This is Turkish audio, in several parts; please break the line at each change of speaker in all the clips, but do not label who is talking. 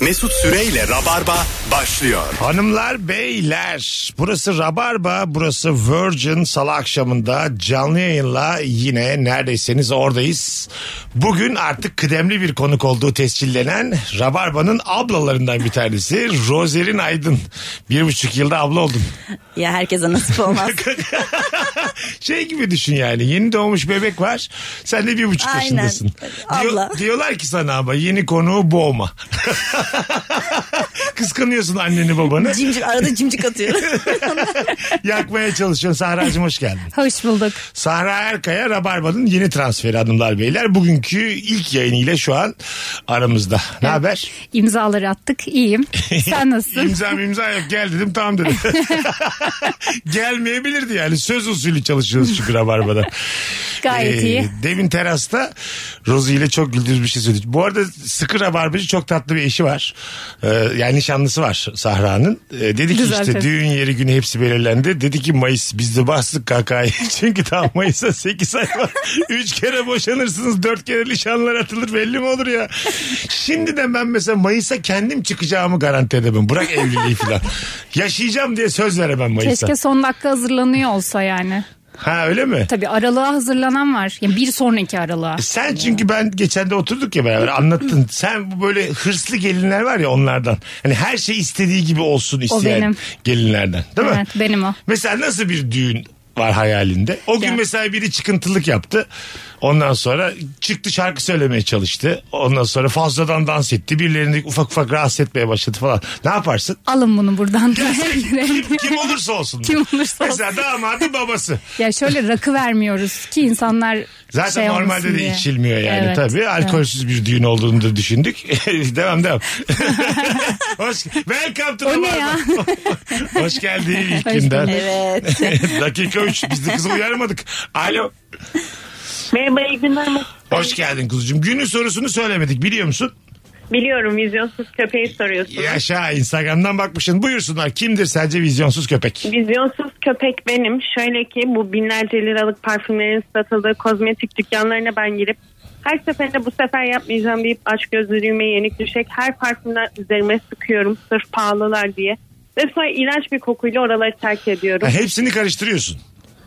Mesut Süreyle Rabarba başlıyor.
Hanımlar beyler burası Rabarba burası Virgin salı akşamında canlı yayınla yine neredeyseniz oradayız. Bugün artık kıdemli bir konuk olduğu tescillenen Rabarba'nın ablalarından bir tanesi Rozerin Aydın. Bir buçuk yılda abla oldum.
Ya herkese nasip olmaz.
şey gibi düşün yani yeni doğmuş bebek var sen de bir buçuk
Aynen.
yaşındasın. Diyor-
Abla.
diyorlar ki sana ama yeni konuğu boğma. Kıskanıyorsun anneni babanı.
cimcik arada cimcik atıyor.
Yakmaya çalışıyorsun. Sahra'cığım hoş geldin.
Hoş bulduk.
Sahra Erkaya Rabarba'nın yeni transferi hanımlar beyler. Bugünkü ilk yayınıyla şu an aramızda. Ne haber?
İmzaları attık. İyiyim. Sen nasılsın?
İmza imza yok gel dedim tamam dedim. Gelmeyebilirdi yani söz usulü çalışıyoruz çünkü Rabarba'da.
Gayet
Ee,
iyi.
Demin terasta Rozi ile çok güldüğümüz bir şey söyledik. Bu arada sıkı rabarbacı çok tatlı bir eşi var. Ee, yani nişanlısı var Sahra'nın. Ee, dedi ki işte
Düzeltelim.
düğün yeri günü hepsi belirlendi. Dedi ki Mayıs biz de bastık kakayı. Çünkü tam Mayıs'a 8 ay var. 3 kere boşanırsınız 4 kere nişanlar atılır belli mi olur ya? Şimdiden ben mesela Mayıs'a kendim çıkacağımı garanti edemem. Bırak evliliği falan. Yaşayacağım diye söz veremem Mayıs'a.
Keşke son dakika hazırlanıyor olsa yani.
Ha öyle mi?
Tabii aralığa hazırlanan var. Yani bir sonraki aralığa.
Sen çünkü ben geçen de oturduk ya beraber anlattın. Sen bu böyle hırslı gelinler var ya onlardan. Hani her şey istediği gibi olsun isteyen
benim.
gelinlerden. Değil mi?
Evet benim o.
Mesela nasıl bir düğün var hayalinde? O gün
Ya.
mesela biri çıkıntılık yaptı. Ondan sonra çıktı şarkı söylemeye çalıştı. Ondan sonra fazladan dans etti. Birilerini ufak ufak rahatsız etmeye başladı falan. Ne yaparsın?
Alın bunu buradan.
kim, kim olursa olsun.
Kim olursa
Mesela damadın babası.
ya şöyle rakı vermiyoruz ki insanlar
Zaten
şey olmasın
normalde de
diye.
içilmiyor yani
Evet,
tabii.
evet.
Alkolsüz bir düğün olduğunu da düşündük. devam devam. Hoş, welcome to
O
the
ne ya?
bar. Hoş geldin ilk
Hoş
günden.
evet.
Dakika 3 biz de kızı uyarmadık. Alo.
Merhaba iyi günler.
Hoş geldin kuzucuğum. Günün sorusunu söylemedik biliyor musun?
Biliyorum vizyonsuz köpeği soruyorsunuz.
Yaşa Instagram'dan bakmışsın. Buyursunlar kimdir sence vizyonsuz köpek?
Vizyonsuz köpek benim. Şöyle ki bu binlerce liralık parfümlerin satıldığı kozmetik dükkanlarına ben girip her seferinde bu sefer yapmayacağım deyip aç gözlülüğüme yenik düşecek her parfümden üzerime sıkıyorum sırf pahalılar diye. Ve sonra ilaç bir kokuyla oraları terk ediyorum.
Ha, hepsini karıştırıyorsun.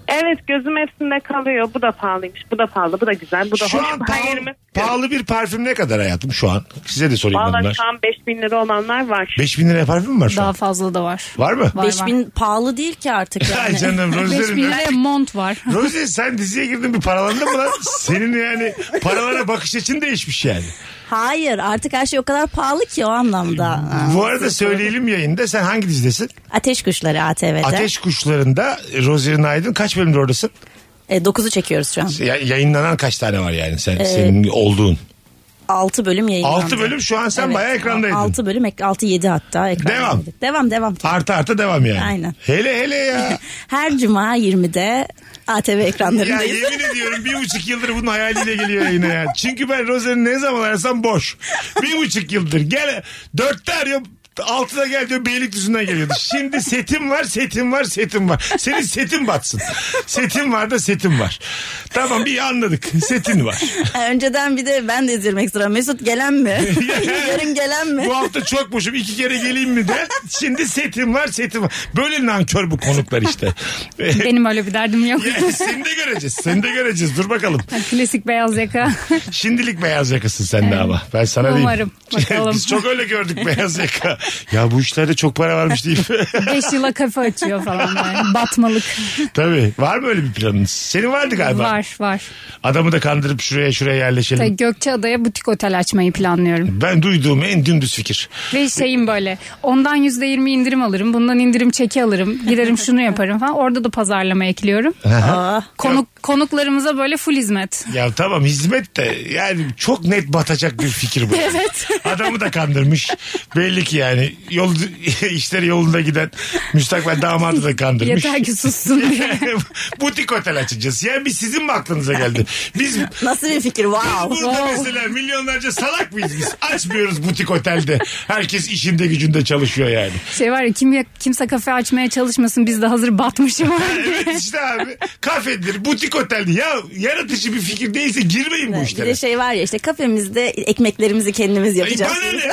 evet gözüm hepsinde kalıyor. Bu da pahalıymış, bu da pahalı, bu da güzel, bu da
Şu
hoş.
an
Her
pahalı,
yerime sıkıyorum.
pahalı bir parfüm ne kadar hayatım şu an? Size de sorayım
Valla
bunlar.
şu an 5000 lira olanlar var.
5000 liraya parfüm mü var şu
Daha
an?
fazla da var.
Var mı?
Var,
5000 pahalı değil ki artık yani.
Ay canım Rozerin.
5000 liraya mont var.
Rozi sen diziye girdin bir paralandın mı lan? Senin yani paralara bakış açın değişmiş yani.
Hayır artık her şey o kadar pahalı ki o anlamda. Ha.
Ee, Bu arada söyleyelim yayında sen hangi dizidesin?
Ateş Kuşları ATV'de.
Ateş Kuşları'nda Rozi'nin Aydın kaç bölümde oradasın?
E, 9'u çekiyoruz şu an.
Ya- yayınlanan kaç tane var yani sen, senin olduğun?
6 bölüm yayınlandı.
Altı bölüm şu an sen bayağı ekrandaydın.
6 bölüm 6-7 hatta ekrandaydık.
Devam.
Devam devam.
Artı artı devam yani.
Aynen.
Hele hele ya.
Her cuma 20'de ATV
ya
ekranlarındayız.
yemin ediyorum bir buçuk yıldır bunun hayaliyle geliyor yayına ya. Çünkü ben Rozi'nin ne zaman arasam boş. Bir buçuk yıldır. Gel dörtte arıyorum altıda gel diyor Beylikdüzü'nden geliyordu. Şimdi setim var setim var setim var. Senin setin batsın. Setim var da setim var. Tamam bir anladık. Setin var.
Ha, Önceden bir de ben de izliyorum ekstra. Mesut gelen mi? Yarın gelen mi?
Bu hafta çok boşum iki kere geleyim mi de. Şimdi setim var setim var. Böyle nankör bu konuklar işte.
Benim öyle bir derdim yok.
Ya, seni de göreceğiz. Seni de göreceğiz. Dur bakalım.
Klasik beyaz yaka.
Şimdilik beyaz yakasın sen de ama. Ben sana
Umarım.
diyeyim.
Bakalım.
Biz çok öyle gördük beyaz yaka. Ya bu işlerde çok para varmış deyip.
5 yıla kafa açıyor falan yani. Batmalık.
Tabii. Var mı öyle bir planınız? Senin vardı galiba.
Var var.
Adamı da kandırıp şuraya şuraya yerleşelim.
Tabii Gökçeada'ya butik otel açmayı planlıyorum.
Ben duyduğum en dümdüz fikir.
Ve şeyim böyle ondan yüzde yirmi indirim alırım. Bundan indirim çeki alırım. Giderim şunu yaparım falan. Orada da pazarlama ekliyorum. Konuk, konuklarımıza böyle full hizmet.
Ya tamam hizmet de yani çok net batacak bir fikir bu.
Evet.
Adamı da kandırmış. Belli ki yani Yani yol, işleri yolunda giden müstakbel damadı da kandırmış.
Yeter ki sussun diye.
Butik otel açacağız. Yani biz sizin mi aklınıza geldi? Biz
Nasıl bir fikir? Wow.
burada mesela milyonlarca salak mıyız biz? Açmıyoruz butik otelde. Herkes işinde gücünde çalışıyor yani.
Şey var ya kim, kimse kafe açmaya çalışmasın biz de hazır batmışım var diye.
Evet işte abi. Kafedir, butik oteldir. Ya yaratıcı bir fikir değilse girmeyin bu
Bir
işlere.
de şey var ya işte kafemizde ekmeklerimizi kendimiz
Ay,
yapacağız.
bana ne?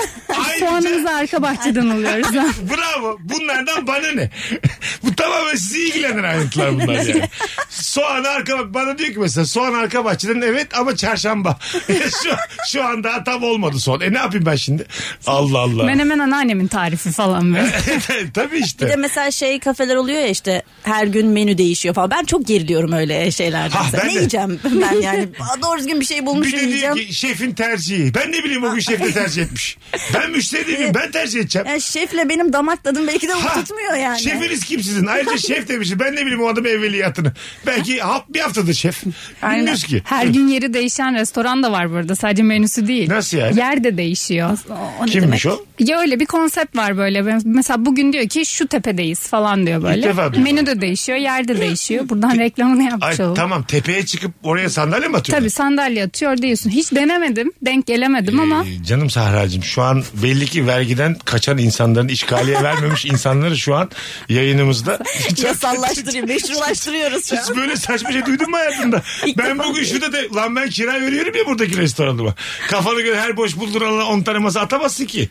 Ayrıca
Soğanımızı arka bahçeden alıyoruz. ha.
bravo. Bunlardan bana ne? bu tamamen sizi ilgilendiren ayrıntılar bunlar yani. Soğan arka bak bana diyor ki mesela soğan arka bahçeden evet ama çarşamba. şu, şu an daha tam olmadı soğan. E ne yapayım ben şimdi? Allah Allah.
Menemen anneannemin tarifi falan böyle.
Tabii işte.
Bir de mesela şey kafeler oluyor ya işte her gün menü değişiyor falan. Ben çok geriliyorum öyle şeylerden.
Ha,
Mesela
ben
ne
de.
yiyeceğim ben yani? Doğru düzgün bir şey
Bir
bulmuşum
de diyor
yiyeceğim.
ki şefin tercihi. Ben ne bileyim o gün şef de tercih etmiş. Ben müşteri değilim ben tercih edeceğim.
Yani şefle benim damak tadım belki de
Ha,
tutmuyor yani.
Şefiniz kim sizin? Ayrıca şef demişim. Ben ne bileyim o adamın evveliyatını. Belki hap bir haftadır şef.
Aynen.
Bilmiyoruz ki.
Her gün yeri değişen restoran da var burada. Sadece menüsü değil.
Nasıl yani?
Yer de değişiyor.
Kimmiş o?
Ya öyle bir konsept var böyle. Ben- Mesela bugün diyor ki şu tepedeyiz falan diyor böyle.
İlk defa duydum.
Menü de değişiyor, yer de değişiyor. Buradan reklamını
Ay
yapmış olalım.
tamam tepeye çıkıp oraya sandalye mi atıyorsun?
Tabii sandalye atıyor diyorsun. Hiç denemedim, denk gelemedim ama
Ee, Canım Sahra'cığım şu an belli ki vergiden kaçan insanların işgaliye vermemiş insanları şu an yayınımızda.
Yasallaştırıyor, meşrulaştırıyoruz şu an.
Hiç böyle saçma şey duydun mu hayatında?
İlk
ben
defa
bugün şurada de, lan ben kira veriyorum ya buradaki restoranıma. Kafanı göre her boş bulduranla 10 tane masa atamazsın ki.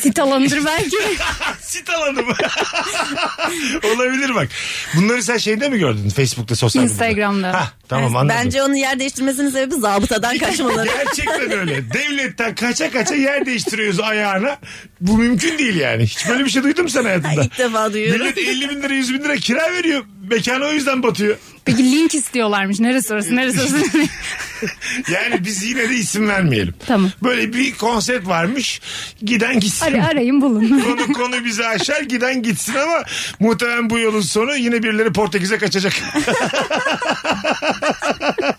sit alanıdır belki.
Sit alanı mı? Olabilir bak. Bunları sen şeyde mi gördün? Facebook'ta, sosyal medyada?
Instagram'da.
Hah, tamam anladım.
Bence onun yer değiştirmesinin sebebi zabıtadan kaçmaları.
Gerçekten öyle. Devletten kaça kaça yer değiştiriyoruz ayağına. Bu mümkün değil yani. Hiç böyle bir şey duydun mu sen hayatında?
İlk defa duyuyorum.
Millet 50 bin lira 100 bin lira kira veriyor. Mekanı o yüzden batıyor.
Peki link istiyorlarmış. Neresi orası, neresi orası?
Yani biz yine de isim vermeyelim.
Tamam.
Böyle bir konsept varmış. Giden gitsin.
Ara, arayın bulun.
konu konu bizi aşar giden gitsin ama muhtemelen bu yolun sonu yine birileri Portekiz'e kaçacak.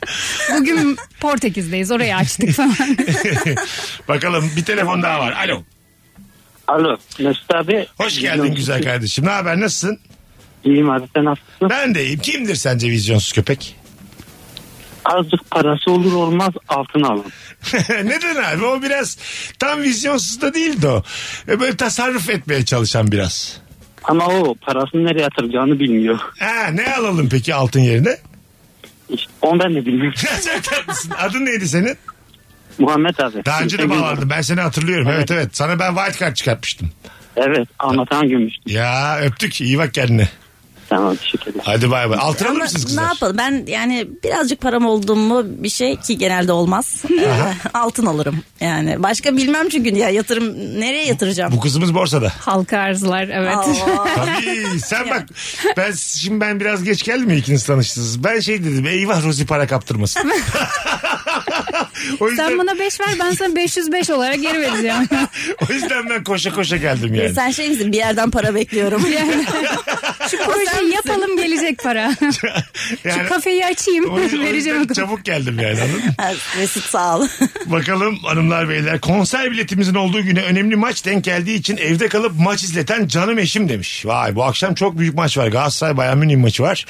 Bugün Portekiz'deyiz, orayı açtık falan.
Bakalım bir telefon daha var. Alo.
Alo Mesut abi.
Hoş geldin güzel kardeşim. Ne haber nasılsın?
İyiyim abi sen nasılsın?
Ben de iyiyim. Kimdir sence vizyonsuz köpek?
Azıcık parası olur olmaz altın alın.
Neden abi? O biraz tam vizyonsuz da değildi o. E, Böyle tasarruf etmeye çalışan biraz.
Ama o parasını nereye yatıracağını bilmiyor.
Ha, ne alalım peki altın yerine?
İşte onu ben de bilmiyorum.
Çok tatlısın. Adın neydi senin?
Muhammed abi.
Daha önce de
Sen
bağlandım. Ben seni hatırlıyorum. Evet
Evet.
evet. Sana ben white card çıkartmıştım.
Evet anlatan gümüştü.
Ya öptük. İyi bak kendine.
Tamam teşekkür ederim.
Hadi bay bay. Altın alır
Ama
mısınız
ne
kızlar?
yapalım ben yani birazcık param oldu mu bir şey ki genelde olmaz Ee, altın alırım yani başka bilmem çünkü ya yatırım nereye yatıracağım
Bu kızımız borsada.
Halka arzlar, evet.
Allah.
Tabii sen bak ben şimdi ben biraz geç geldim ya ikiniz tanıştınız. Ben şey dedim eyvah Rozi para kaptırmasın. o, yüzden,
Sen bana 5 ver, ben sana 505 olarak geri vereceğim.
o yüzden ben koşa koşa geldim yani.
sen şey misin bir yerden para bekliyorum
Yani şu projeyi yapalım gelecek para.
yani
şu kafeyi açayım
o yüzden- o
vereceğim.
yüzden çabuk geldim yani anladın mı?
Ha, Mesut sağ ol
Bakalım hanımlar beyler konser biletimizin olduğu güne önemli maç denk geldiği için evde kalıp maç izleten canım eşim demiş. Vay bu akşam çok büyük maç var Galatasaray Bayern Münih maçı var.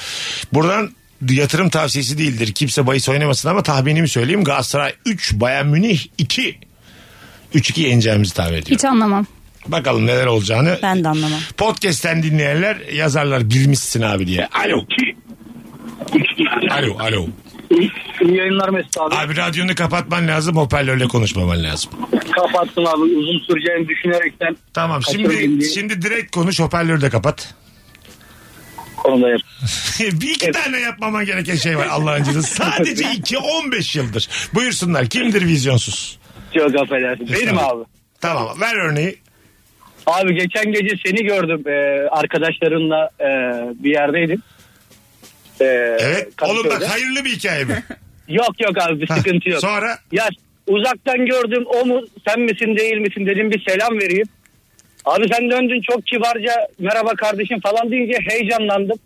Buradan yatırım tavsiyesi değildir. Kimse bahis oynamasın ama tahminimi söyleyeyim. Galatasaray 3, Bayern Münih 2. 3-2 yeneceğimizi tahmin ediyorum.
Hiç anlamam.
Bakalım neler olacağını.
ben de anlamam
Podcast'ten dinleyenler yazarlar bilmişsin abi diye. Alo. Alo, alo.
İyi, iyi yayınlar Mesut abi.
Abi radyonu kapatman lazım, hoparlörle konuşmaman lazım.
Kapattın abi uzun süreceğini düşünerekten
Tamam
Kaçırdım
şimdi
diye.
şimdi direkt konuş hoparlörü de kapat.
konuda yap.
bir iki tane yapmaman gereken şey var Allah'ın cezası. Sadece iki 15 yıldır. Buyursunlar kimdir vizyonsuz?
Çok affedersin. Benim abi.
Tamam ver örneği.
Abi geçen gece seni gördüm. Ee, arkadaşlarınla e, bir yerdeydim. Ee,
Evet. Oğlum
Kadıköy'de.
bak hayırlı bir hikaye mi?
Yok yok abi bir sıkıntı yok.
Sonra
Ya uzaktan gördüm o mu sen misin değil misin dedim bir selam vereyim. Abi sen döndün çok kibarca merhaba kardeşim falan deyince heyecanlandım.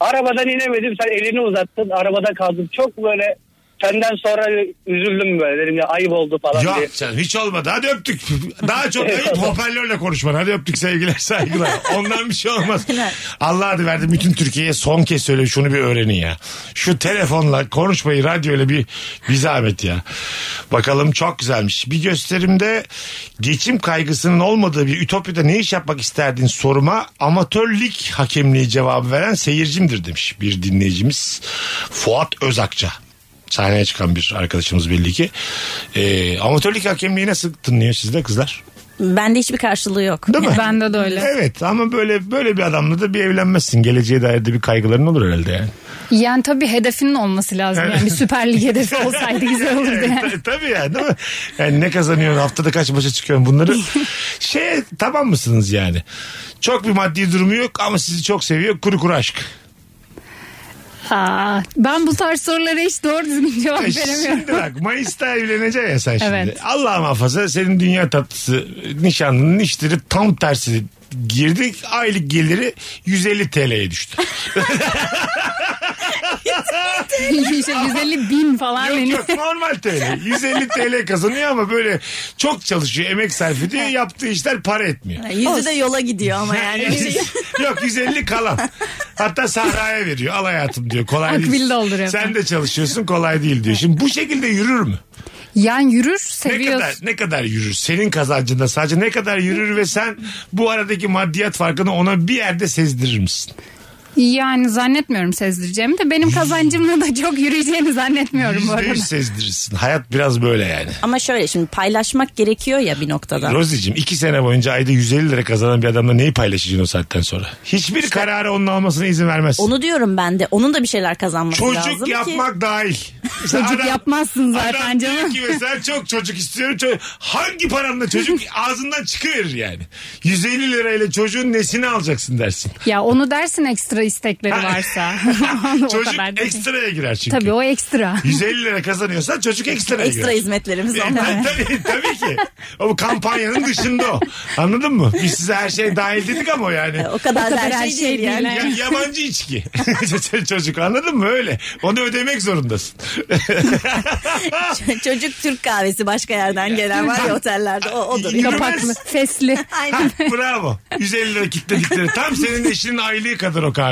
Arabadan inemedim sen elini uzattın arabada kaldım. Çok böyle senden sonra üzüldüm böyle dedim ya ayıp oldu falan
Yok
diye.
sen hiç olmadı hadi öptük. Daha çok ayıp hoparlörle konuşman. Hadi öptük sevgiler saygılar. Ondan bir şey olmaz. Allah adı verdi bütün Türkiye'ye son kez söyle şunu bir öğrenin ya. Şu telefonla konuşmayı radyoyla bir, bir zahmet ya. Bakalım çok güzelmiş. Bir gösterimde geçim kaygısının olmadığı bir ütopyada ne iş yapmak isterdin soruma amatörlük hakemliği cevabı veren seyircimdir demiş bir dinleyicimiz. Fuat Özakça sahneye çıkan bir arkadaşımız belli ki. Ee, amatörlük hakemliği nasıl tınlıyor sizde kızlar?
Bende hiçbir karşılığı yok.
Değil mi?
Bende de öyle.
Evet ama böyle böyle bir adamla da bir evlenmezsin. Geleceğe dair de bir kaygıların olur herhalde yani.
Yani tabii hedefinin olması lazım. Yani bir Süper Lig hedefi olsaydı güzel olurdu yani.
Ta- Tabii yani değil mi? Yani ne kazanıyorsun haftada kaç maça çıkıyorsun bunları. Şey tamam mısınız yani? Çok bir maddi durumu yok ama sizi çok seviyor kuru kuru aşk.
Aa, ben bu tarz sorulara hiç doğru düzgün cevap
E
veremiyorum.
Şimdi bak Mayıs'ta evleneceksin ya sen şimdi.
Evet.
Allah muhafaza senin dünya tatlısı nişanlının işleri tam tersi girdi. Aylık geliri 150 TL'ye düştü.
işte 150 bin falan hani.
yok
benim.
yok normal TL. 150 TL kazanıyor ama böyle çok çalışıyor. Emek sarf ediyor. Yaptığı işler para etmiyor.
Yani Yüzü de yola gidiyor ama yani. Bir şey-
Yok 150 kalan. Hatta Sahra'ya veriyor. Al hayatım diyor. Kolay
Akbil
değil.
dolduruyor.
Sen de çalışıyorsun kolay değil diyor. Şimdi bu şekilde yürür mü?
Yani yürür
Ne kadar,
seviyorsun.
ne kadar yürür? Senin kazancında sadece ne kadar yürür ve sen bu aradaki maddiyat farkını ona bir yerde sezdirir misin?
Yani zannetmiyorum sezdireceğimi de benim kazancımla da çok yürüyeceğini zannetmiyorum bu
Yüzde
arada.
yüz sezdirirsin. Hayat biraz böyle yani.
Ama şöyle şimdi paylaşmak gerekiyor ya bir noktada.
Rozi'cim iki sene boyunca ayda 150 lira kazanan bir adamla neyi paylaşacaksın o saatten sonra? Hiçbir kararı onun almasına izin vermezsin.
Onu diyorum ben de. Onun da bir şeyler kazanması lazım
Çocuk
ki.
yapmak dahil. Mesela
Çocuk
adam-
yapmazsın zaten
Adam diyor
canım.
ki mesela çok çocuk istiyorum. Ço- hangi paranla çocuk ağzından çıkıverir yani. 150 lirayla çocuğun nesini alacaksın dersin.
Ya onu dersin ekstra istekleri varsa. O
çocuk
kadar da-
ekstraya girer çünkü.
Tabii o ekstra.
150 lira kazanıyorsan çocuk ekstraya girer.
Ekstra hizmetlerimiz
E,
onlar.
tabii, tabii, tabii ki. O bu kampanyanın dışında o. Anladın mı? Biz size her şey dahil dedik ama o yani.
O kadar,
kadar
da her
her
şey,
şey
değil
değil
yani.
ha.
Ya, yabancı içki. Çocuk anladın mı öyle. Onu ödemek zorundasın.
Çocuk Türk kahvesi başka yerden gelen var ya otellerde o odur.
Yürümez.
Kapaklı, fesli.
Ha,
Aynen.
bravo. 150 lira kitledikleri. Tam senin eşinin aylığı kadar o kahve.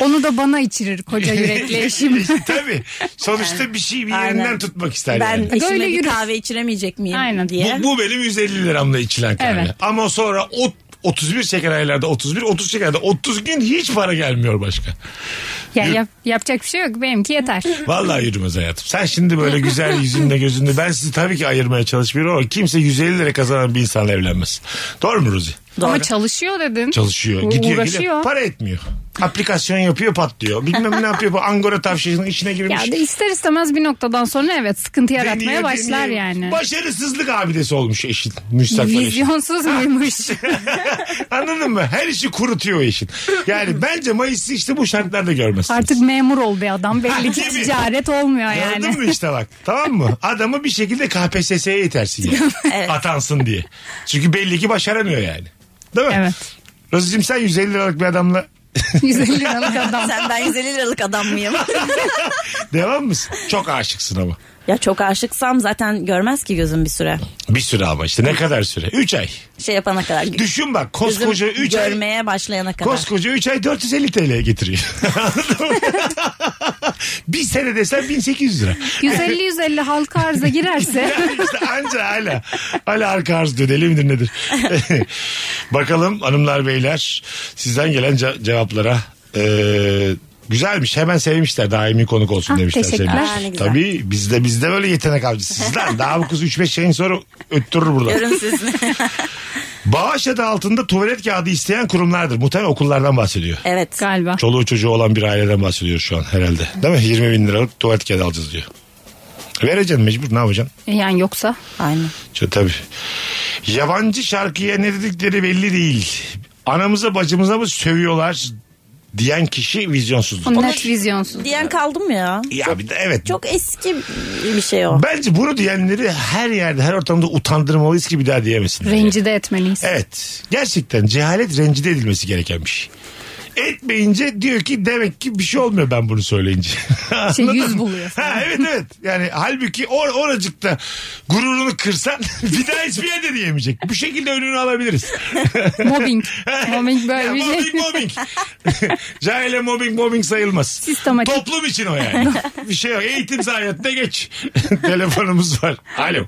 Onu da bana içirir koca yürekli eşim.
Tabii. Sonuçta bir şey bir yerinden
Aynen.
tutmak ister
Ben
yani.
eşime
Böyle
bir
yürür.
kahve içiremeyecek miyim
Aynen.
diye.
Bu, bu benim 150 liramla içilen kahve.
Evet.
Ama sonra o 31 şeker aylarda 31, 30 şeker aylarda 30 gün hiç para gelmiyor başka.
Ya yap- yapacak bir şey yok benimki yeter.
Vallahi yürümez hayatım. Sen şimdi böyle güzel yüzünde gözünde ben sizi tabii ki ayırmaya çalışmıyorum ama kimse 150 lira kazanan bir insanla evlenmez. Doğru mu Ruzi?
Ama çalışıyor dedin.
Çalışıyor.
U-
gidiyor
uğraşıyor.
gidiyor. Para etmiyor. Aplikasyon yapıyor patlıyor. Bilmem ne yapıyor. Bu Angora tavşanının içine girmiş.
Ya da ister istemez bir noktadan sonra evet sıkıntı
Deniyor,
yaratmaya
deniyor.
başlar yani.
Başarısızlık abidesi olmuş eşin. Müstakbel eşin.
Vizyonsuz muymuş?
Anladın mı? Her işi kurutuyor eşin. Yani bence Mayıs'ı işte bu şartlarda görmezsiniz.
Artık memur ol bir adam belli ki
Gibi.
ticaret olmuyor
Gördün
yani.
mü işte bak tamam mı? Adamı bir şekilde KPSS'ye itersin yani. Atansın diye. Çünkü belli ki başaramıyor yani. Değil mi?
Evet.
Rozi'cim sen 150 liralık bir adamla
150 liralık adam.
Sen ben 150 liralık adam mıyım?
devam mısın? Çok aşıksın ama.
ya çok aşıksam zaten görmez ki gözüm bir süre.
Bir süre ama işte ne kadar süre? 3 ay.
Şey yapana kadar.
Düşün bak
Gözüm
koskoca 3 ay
görmeye başlayana kadar.
Koskoca 3 ay 450 TL'ye getiriyor. Anladın mı? bir sene desen 1800 lira.
150-150 halka arıza girerse
Yani işte anca hala. Hala arka arz diyor. Deli midir nedir? Bakalım hanımlar beyler sizden gelen ce- cevaplara. Ee, güzelmiş. Hemen sevmişler. Daimi konuk olsun
Ah,
demişler.
teşekkürler.
sevmişler.
Aa, ne güzel.
Tabii bizde bizde böyle yetenek avcısıyız lan. Daha bu kız 3-5 şeyin sonra öttürür burada.
Görümsüz.
Bağış adı altında tuvalet kağıdı isteyen kurumlardır. Muhtemelen okullardan bahsediyor.
evet.
galiba.
Çoluğu çocuğu olan bir aileden bahsediyor şu an herhalde. Değil mi? 20 bin liralık tuvalet kağıdı alacağız diyor. Vereceksin mecbur ne yapacaksın?
Yani yoksa
Aynen.
Şu, tabii. Yabancı şarkıya ne dedikleri belli değil. Anamıza bacımıza mı sövüyorlar diyen kişi vizyonsuzdur.
net vizyonsuz.
Diyen kaldım ya.
Ya bir de evet.
Çok eski bir şey o.
Bence bunu diyenleri her yerde her ortamda utandırmalıyız ki bir daha diyemesinler.
Rencide etmeliyiz.
Evet. Gerçekten cehalet rencide edilmesi gereken bir şey. etmeyince diyor ki demek ki bir şey olmuyor ben bunu söyleyince.
Şey,
Anladın
yüz
mı?
buluyor falan.
Ha, evet evet. Yani halbuki or oracıkta gururunu kırsan bir daha hiçbir yerde diyemeyecek. Bu şekilde önünü alabiliriz.
Mobbing. Mobbing böyle
Ya,
bir şey.
mobbing mobbing. Cahile mobbing mobbing sayılmaz.
Sistematik.
Toplum için o yani. bir şey yok. Eğitim zayiatına geç. Telefonumuz var. Alo.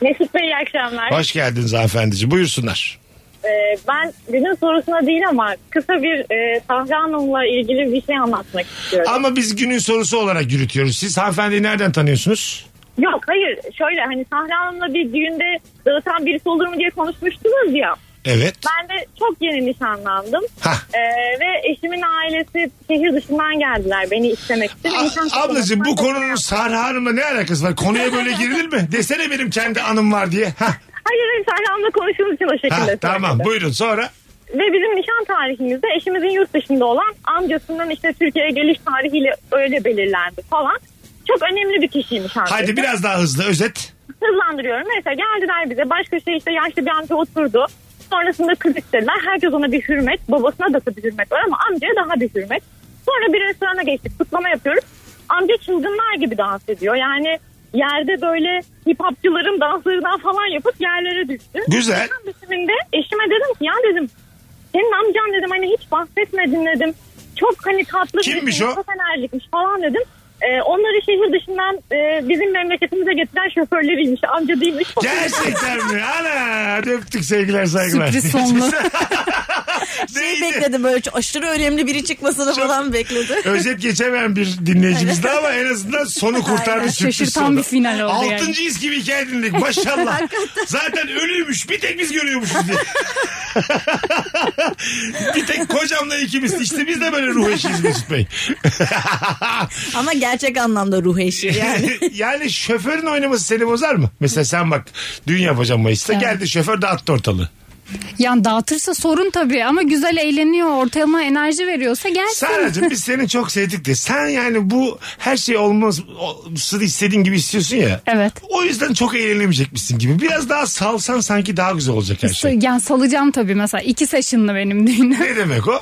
Mesut Bey iyi akşamlar.
Hoş geldiniz hanımefendiciğim. Buyursunlar.
Ee, ben günün sorusuna değil ama kısa bir e, Sahra Hanım'la ilgili bir şey anlatmak istiyorum.
Ama biz günün sorusu olarak yürütüyoruz. Siz hanımefendiyi nereden tanıyorsunuz?
Yok hayır şöyle hani Sahra Hanım'la bir düğünde dağıtan birisi olur mu diye konuşmuştunuz ya.
Evet.
Ben de çok yeni nişanlandım.
Hah.
Ee, ve eşimin ailesi şehir dışından geldiler beni istemek için.
A-
İnsan
ablacığım bu
çok-
konunun Sarha Hanım'la ne alakası var? Konuya böyle girilir mi? Desene benim kendi anım var diye. Hah,
Hayır hayır Sahra Hanım'la konuştuğumuz için o
hah,
şekilde
tamam
söyledim.
buyurun sonra.
Ve bizim nişan tarihimizde eşimizin yurt dışında olan amcasının işte Türkiye'ye geliş tarihiyle öyle belirlendi falan. Çok önemli bir kişiymiş amcası.
Hadi biraz daha hızlı özet.
Hızlandırıyorum. Mesela geldiler bize baş köşeye işte yaşlı bir amca oturdu. Sonrasında kız istediler. Herkes ona bir hürmet. Babasına da tabii hürmet var ama amcaya daha bir hürmet. Sonra bir restorana geçtik. Kutlama yapıyoruz. Amca çılgınlar gibi dans ediyor. Yani yerde böyle hip hopçıların danslarından falan yapıp yerlere düştü.
Güzel.
Tam bitiminde eşime dedim ki ya dedim senin amcan dedim hani hiç bahsetmedin dedim. Çok hani tatlı
Kimmiş
bir
o?
çok enerjikmiş falan dedim. Ee, onları şehir dışından e, bizim memleketimize getiren şoförleriymiş amca değilmiş. falan.
Gerçekten mi? Ana hadi öptük sevgiler saygılar.
Sürpriz sonlu.
Şey
Neydi?
bekledim Şey böyle çok aşırı önemli biri çıkmasını falan bekledi.
Özet geçemeyen bir dinleyicimizdi ama en azından sonu kurtarmış sürpriz
Şaşırtan
sonu.
bir final oldu yani.
Altıncı his gibi hikaye dinledik maşallah. Zaten ölüymüş bir tek biz görüyormuşuz diye. bir tek kocamla ikimiz işte biz de böyle ruh eşiyiz Mesut Bey.
Ama gerçek anlamda ruh eşi yani.
Yani, yani şoförün oynaması seni bozar mı? Mesela sen bak düğün yapacağım Mayıs'ta geldi şoför dağıttı ortalığı.
Yani dağıtırsa sorun tabii ama güzel eğleniyor. Ortalama enerji veriyorsa gelsin.
Saracığım biz seni çok sevdik de sen yani bu her şey olmasını istediğin gibi istiyorsun ya.
Evet.
O yüzden çok eğlenemeyecekmişsin gibi. Biraz daha salsan sanki daha güzel olacak her şey.
Yani salacağım tabii mesela. iki session'lı benim düğünüm.
Ne demek o?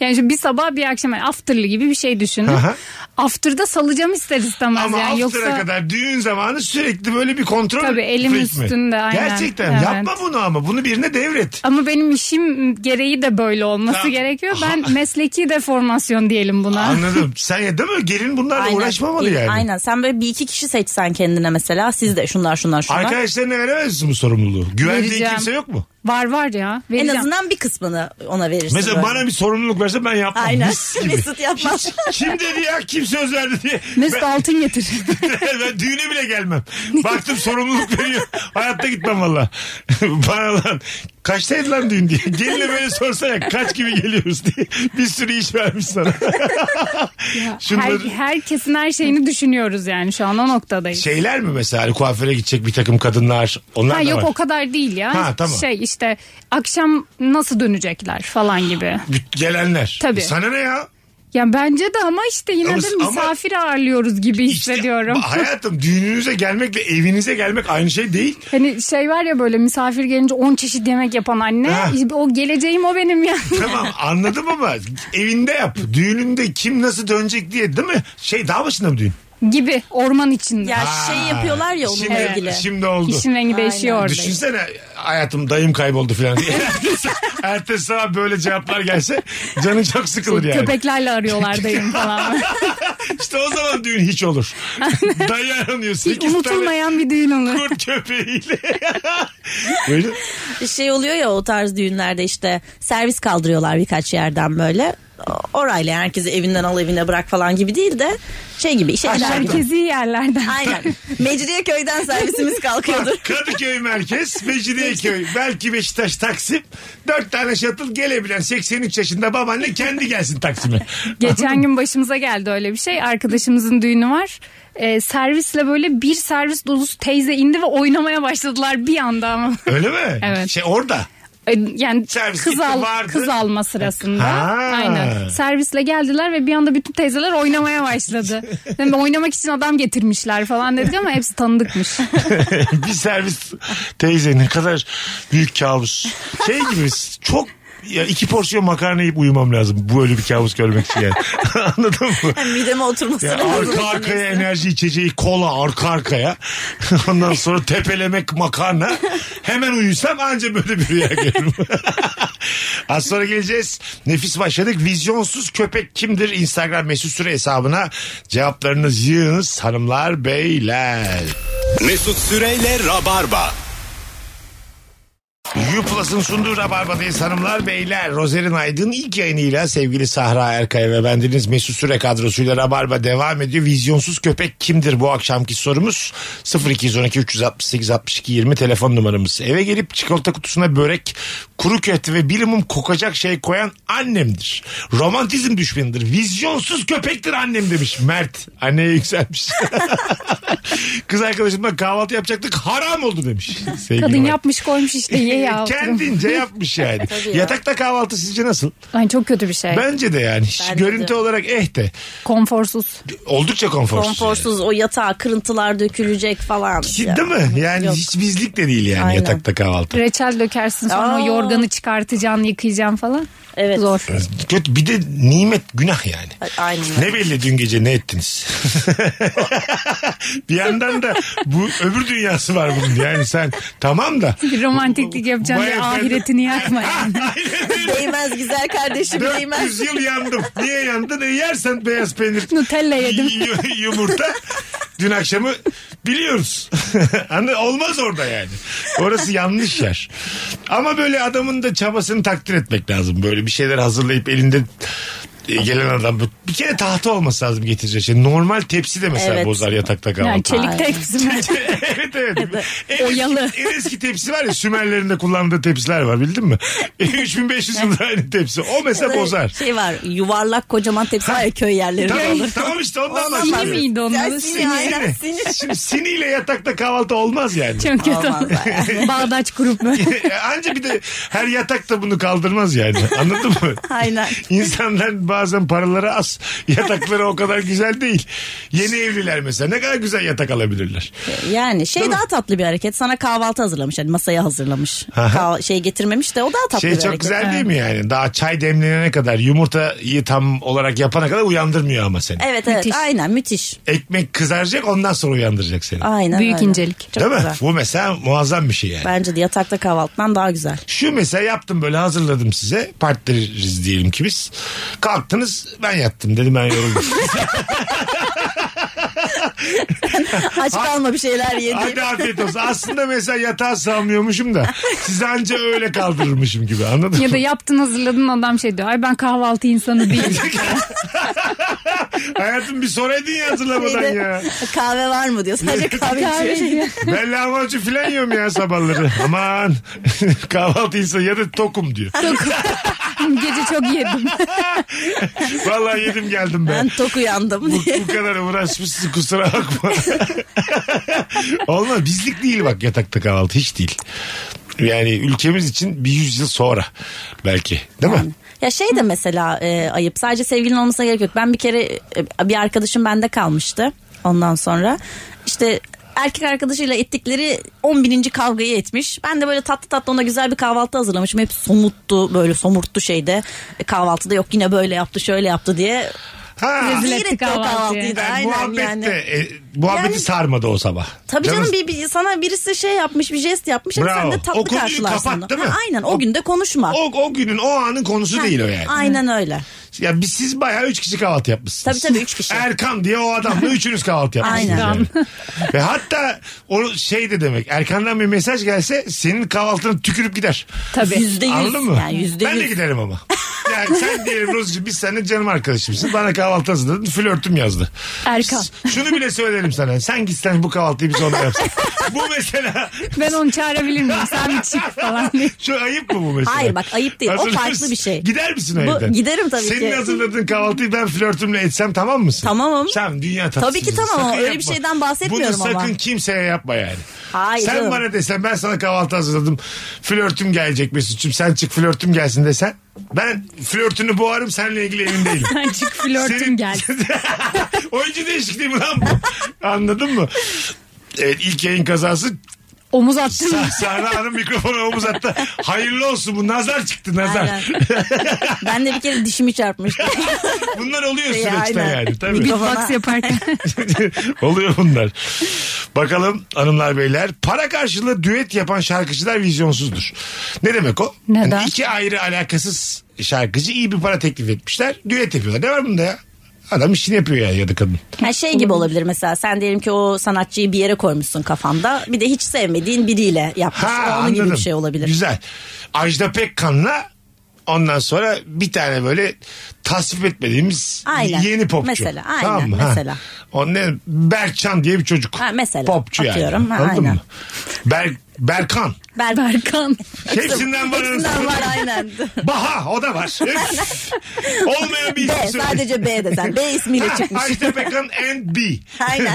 Yani şu bir sabah bir akşam yani after'lı gibi bir şey düşündüm.
Aha.
After'da salacağım ister istemez
Ama
yani.
after'a
Yoksa
kadar düğün zamanı sürekli böyle bir kontrol.
Tabii, elim
freak mi?
üstünde, aynen.
Gerçekten
Evet.
yapma bunu ama bunu birine devret.
ama benim işim gereği de böyle olması
Ha.
gerekiyor. Ben mesleki deformasyon diyelim buna.
Anladım. Sen ya değil mi? Gelin bunlarla uğraşmamalı yani.
Aynen. Sen böyle bir iki kişi seçsen kendine mesela. Siz de şunlar şunlar şunlar.
Arkadaşlarına veremez misin bu sorumluluğu? Güvendiğin
Vereceğim.
kimse yok mu?
Var var ya.
en
vereceğim.
azından bir kısmını ona verirsin.
Mesela
böyle.
bana bir sorumluluk verse ben yapmam.
Aynen.
Mis gibi.
Mesut yapmaz.
Kim dedi ya? Kim söz verdi diye.
Mesut altın getir.
ben düğüne bile gelmem. Baktım sorumluluk veriyor. Hayatta gitmem valla. Bana lan kaçtaydı lan düğün diye. Gelinle böyle sorsana kaç gibi geliyoruz diye. Bir sürü iş vermiş sana.
Her,
Şunları,
herkesin her şeyini düşünüyoruz yani şu an o noktadayız.
şeyler mi mesela Hani kuaföre gidecek bir takım kadınlar onlar
Ha
da
yok
var.
o kadar değil ya.
Ha, tamam.
Şey işte akşam nasıl dönecekler falan gibi.
Büt- Gelenler.
Tabii.
Sana ne ya?
Ya bence de ama işte yine
Ama-
de
ama-
misafir ağırlıyoruz gibi
İşte
hissediyorum.
hayatım düğününüze gelmekle evinize gelmek aynı şey değil.
Hani şey var ya böyle misafir gelince 10 çeşit yemek yapan anne.
Ha.
O geleceğim o benim yani.
Tamam anladım ama evinde yap. Düğününde kim nasıl dönecek diye değil mi? Şey dağ başında mı düğün?
gibi orman içinde.
ya şey yapıyorlar ya onunla
Şimdi,
ilgili.
şimdi oldu.
İşin rengi değişiyor orada.
Düşünsene hayatım dayım kayboldu falan diye. Ertesi sabah böyle cevaplar gelse canın çok sıkılır
Şey,
yani.
Köpeklerle arıyorlar dayım falan.
İşte o zaman düğün hiç olur. Dayı aranıyor.
Hiç
Sekiz tane
unutulmayan bir düğün olur.
kurt köpeğiyle. Böyle
Bir şey oluyor ya o tarz düğünlerde işte servis kaldırıyorlar birkaç yerden böyle. O- Orayla yani herkesi evinden al evine bırak falan gibi değil de şey gibi işe gider gibi.
Merkezi yerlerden.
Aynen. Mecidiyeköy'den servisimiz kalkıyordur.
Kadıköy merkez, Mecidiyeköy, belki Beşiktaş, Taksim. Dört tane şatıl gelebilen 83 yaşında babaanne kendi gelsin Taksim'e.
Geçen gün başımıza geldi öyle bir şey. Arkadaşımızın düğünü var. Ee, servisle böyle bir servis dolusu teyze indi ve oynamaya başladılar bir anda ama.
Öyle mi?
Evet.
Şey orada.
Ee, Yani
Servis
kız,
gitti,
al,
vardı.
kız alma sırasında.
Ha.
Aynen. Servisle geldiler ve bir anda bütün teyzeler oynamaya başladı. Dedim, oynamak için adam getirmişler falan dedi ama hepsi tanıdıkmış.
bir servis teyze ne kadar büyük kabus. Şey gibi çok ya iki porsiyon makarna yiyip uyumam lazım. Bu öyle bir kabus görmek için yani. Anladın mı?
Mideme oturmasını
Ya E, arka arkaya enerji içeceği kola arka arkaya. Ondan sonra tepelemek makarna. Hemen uyusam anca böyle bir rüya görürüm. Az sonra geleceğiz. Nefis başladık. Vizyonsuz köpek kimdir? Instagram mesut süre hesabına cevaplarınız yığınız hanımlar beyler.
Mesut Süreyle Rabarba.
Yuplas'ın sunduğu Rabarba'dayız hanımlar beyler. Rozerin Aydın ilk yayınıyla sevgili Sahra Erkay ve bendeniz Mesut Süre kadrosuyla Rabarba devam ediyor. Vizyonsuz köpek kimdir bu akşamki sorumuz? 0212 368 62 20 telefon numaramız. Eve gelip çikolata kutusuna börek, kuru köfte ve bilimum kokacak şey koyan annemdir. Romantizm düşmanıdır. Vizyonsuz köpektir annem demiş Mert. Anneye yükselmiş. Kız arkadaşımla kahvaltı yapacaktık haram oldu demiş. Sevgili
Kadın
Mert.
yapmış koymuş işte ye ya.
Kendince yapmış yani.
Tabii ya.
Yatakta kahvaltı sizce nasıl?
Ay çok kötü bir şey.
Bence de yani. Hiç
Bence
Görüntü
de.
olarak eh de.
Konforsuz.
Oldukça konforsuz. yani.
Konforsuz o yatağa kırıntılar dökülecek falan.
Ki- Değil mi? Yani
Yok.
hiç bizlik de değil yani
Aynen.
yatakta kahvaltı.
Reçel dökersin sonra
Aa.
o yorganı çıkartacaksın yıkayacaksın falan.
Evet.
Zor.
Kötü bir de nimet günah yani.
A- Aynen.
Ne belli dün gece ne ettiniz? bir yandan da bu öbür dünyası var bunun. Yani sen tamam da.
Bir romantiklik yapacaksın
Vay
diye
efendim.
ahiretini yakma. yani.
Aynen öyle.
Değmez güzel kardeşim değmez.
400 yıl yandım. Niye yandın? E yersen beyaz peynir.
Nutella yedim.
y- y- yumurta. Dün akşamı biliyoruz. Anladın? Olmaz orada yani. Orası yanlış yer. Ama böyle adamın da çabasını takdir etmek lazım. Böyle bir şeyler hazırlayıp elinde e, gelen adam. Bir kere tahta olması lazım getireceği şey. Normal tepsi de mesela
Evet.
bozar yatakta
Yani
kahvaltı.
çelik tek bizim.
evet evet. En
Oyalı.
Eski, en eski tepsi var ya Sümerlerin de kullandığı tepsiler var bildin mi? 3500 yıldır aynı tepsi. O mesela bozar.
Şey var yuvarlak kocaman tepsi var ya köy yerlerinde
Tamam,
olur.
tamam işte ondan
E, Ondan
Sini
bahsediyorum.
miydi
Ya
onların?
sinir, aynen sinir.
Şimdi siniyle yatakta kahvaltı olmaz yani.
Çok kötü.
Olmaz
oldu. Bağdaç grup mu?
Anca bir de her yatakta bunu kaldırmaz yani. Anladın mı?
Aynen.
İnsanlar bazen paraları az. Yatakları o kadar güzel değil. Yeni evliler mesela ne kadar güzel yatak alabilirler.
Yani şey daha tatlı bir hareket. Sana kahvaltı hazırlamış. Hani masaya hazırlamış. Kahv- şey getirmemiş de o daha tatlı
Şey
bir
çok
hareket.
güzel değil mi yani? Daha çay demlenene kadar yumurtayı tam olarak yapana kadar uyandırmıyor ama seni.
Evet evet
Müthiş.
aynen müthiş.
Ekmek kızaracak ondan sonra uyandıracak seni.
Aynen
Büyük
öyle.
incelik.
Çok
değil mi?
güzel.
Bu mesela muazzam bir şey yani.
Bence de yatakta kahvaltıdan daha güzel.
Şu mesela yaptım böyle hazırladım size. Partneriz diyelim ki biz. Kalktınız ben yattım dedim ben yoruldum.
Aç kalma bir şeyler yedi.
Hadi afiyet olsun. Aslında mesela yatağa sığamıyormuşum da sizi anca öyle kaldırırmışım gibi anladın
Ya
mı?
da yaptın hazırladın adam şey diyor. Ay ben kahvaltı insanı değilim.
Hayatım bir soraydın ya hazırlamadan
Şeyde,
ya.
Kahve var mı diyor. Sadece kahve
Kahve
içiyor.
diyor.
Ben lahmacun filan yiyorum ya sabahları. Aman kahvaltı insan ya da tokum diyor.
Gece çok yedim.
Vallahi yedim geldim ben.
Ben tok uyandım
Bu,
diye.
bu kadar uğraşmışsın kusura bakma. Olmaz bizlik değil bak yatakta kahvaltı hiç değil. Yani ülkemiz için bir yüzyıl sonra belki değil mi?
Ya şey de mesela e, ayıp. Sadece sevgilin olmasına gerek yok. Ben bir kere e, bir arkadaşım bende kalmıştı. Ondan sonra işte erkek arkadaşıyla ettikleri 11. kavgayı etmiş. Ben de böyle tatlı tatlı ona güzel bir kahvaltı hazırlamışım. Hep somuttu böyle somurttu şeyde. E, kahvaltıda yok yine böyle yaptı şöyle yaptı diye.
Ha.
Rezil
Zehir
etti
etti o
kahvaltıyı.
kahvaltıyı da.
Yani
Aynen
muhabbet de,
yani.
e, muhabbeti
Yani-
sarmadı o sabah.
Tabii canım,
Canınız-
bir, bir- sana birisi şey yapmış bir jest yapmış ama
Bravo.
sen de tatlı
O konuyu
karşılarsın.
kapat,
onu.
değil mi?
Ha, aynen o,
O-
günde konuşma.
o, o günün o anın konusu değil o yani.
Aynen öyle.
Ya biz siz bayağı üç kişi kahvaltı yapmışsınız.
Tabii tabii, üç kişi.
Erkan diye o adamla üçünüz kahvaltı yapmışsınız.
Aynen.
yani. Ve hatta o şey de demek Erkan'dan bir mesaj gelse senin kahvaltını tükürüp gider.
Tabii.
Yüzde yüz.
Anladın mı?
Yani yüzde
ben de
yüz.
giderim ama. Yani sen diyelim Rozucuğum biz seninle canım arkadaşımsın. Bana kahvaltı hazırladın. Flörtüm yazdı.
Erkan.
Ş- Şunu bile söylerim sana. Sen gitsen bu kahvaltıyı biz onunla yapsak. bu mesela
Ben onu çağırabilir miyim? Sen bir çık falan diye.
şu ayıp mı bu mesela?
Hayır bak, ayıp değil. O
Hazırlar
farklı
mısın?
bir şey.
Gider misin o
Bu-
evden?
giderim tabii
Senin
ki.
hazırladığın kahvaltıyı ben flörtümle etsem tamam mısın?
Tamamım.
Sen dünya tatlısın.
Tabii ki tamam
Sakın
ama öyle bir
yapma.
şeyden bahsetmiyorum
Bunu sakın
ama.
kimseye yapma yani.
Hayır
Sen
canım.
bana desen ben sana kahvaltı hazırladım. Flörtüm gelecek Mesut'cum sen çık flörtüm gelsin desen. Ben flörtünü boğarım seninle ilgili emin değilim.
Sen çık flörtüm
Senin-
gel.
Oyuncu değişikliği mi lan bu? Anladın mı? Evet ilk yayın kazası
omuz attın mı?
Sa- Sahra Hanım mikrofonu omuz attı. Hayırlı olsun bu nazar çıktı
Aynen.
nazar.
ben de bir kere dişimi çarpmıştım.
Bunlar oluyor
Şey,
süreçte
aynen.
yani. Tabii.
Beatbox yaparken.
Oluyor bunlar. Bakalım hanımlar beyler. Para karşılığı düet yapan şarkıcılar vizyonsuzdur. Ne demek o?
Neden?
iki ayrı alakasız şarkıcı iyi bir para teklif etmişler. Düet yapıyorlar. Ne var bunda ya? Adam işini yapıyor yani ya da kadın.
Her şey gibi olabilir mesela sen diyelim ki o sanatçıyı bir yere koymuşsun kafanda bir de hiç sevmediğin biriyle yapmışsın.
Ha
Onun
anladım.
gibi bir şey olabilir.
Güzel. Ajda Pekkan'la ondan sonra bir tane böyle tasvip etmediğimiz
Aynen.
yeni popçu.
Mesela, aynen,
Tamam mı? Ha.
mesela.
Onun ne? Berkcan diye bir çocuk.
Ha, mesela.
Popçu
Atıyorum,
yani.
ha,
Anladın
aynen.
mı? Ber Berkan.
Berber.
Berkan.
Hepsinden var.
Hepsinden var aynen.
Baha o da var. Öf. Olmayan bir
B
isim. söyle.
sadece B desen. B ismiyle
Ha,
çıkmış.
Ajda Pekkan and B.
Aynen.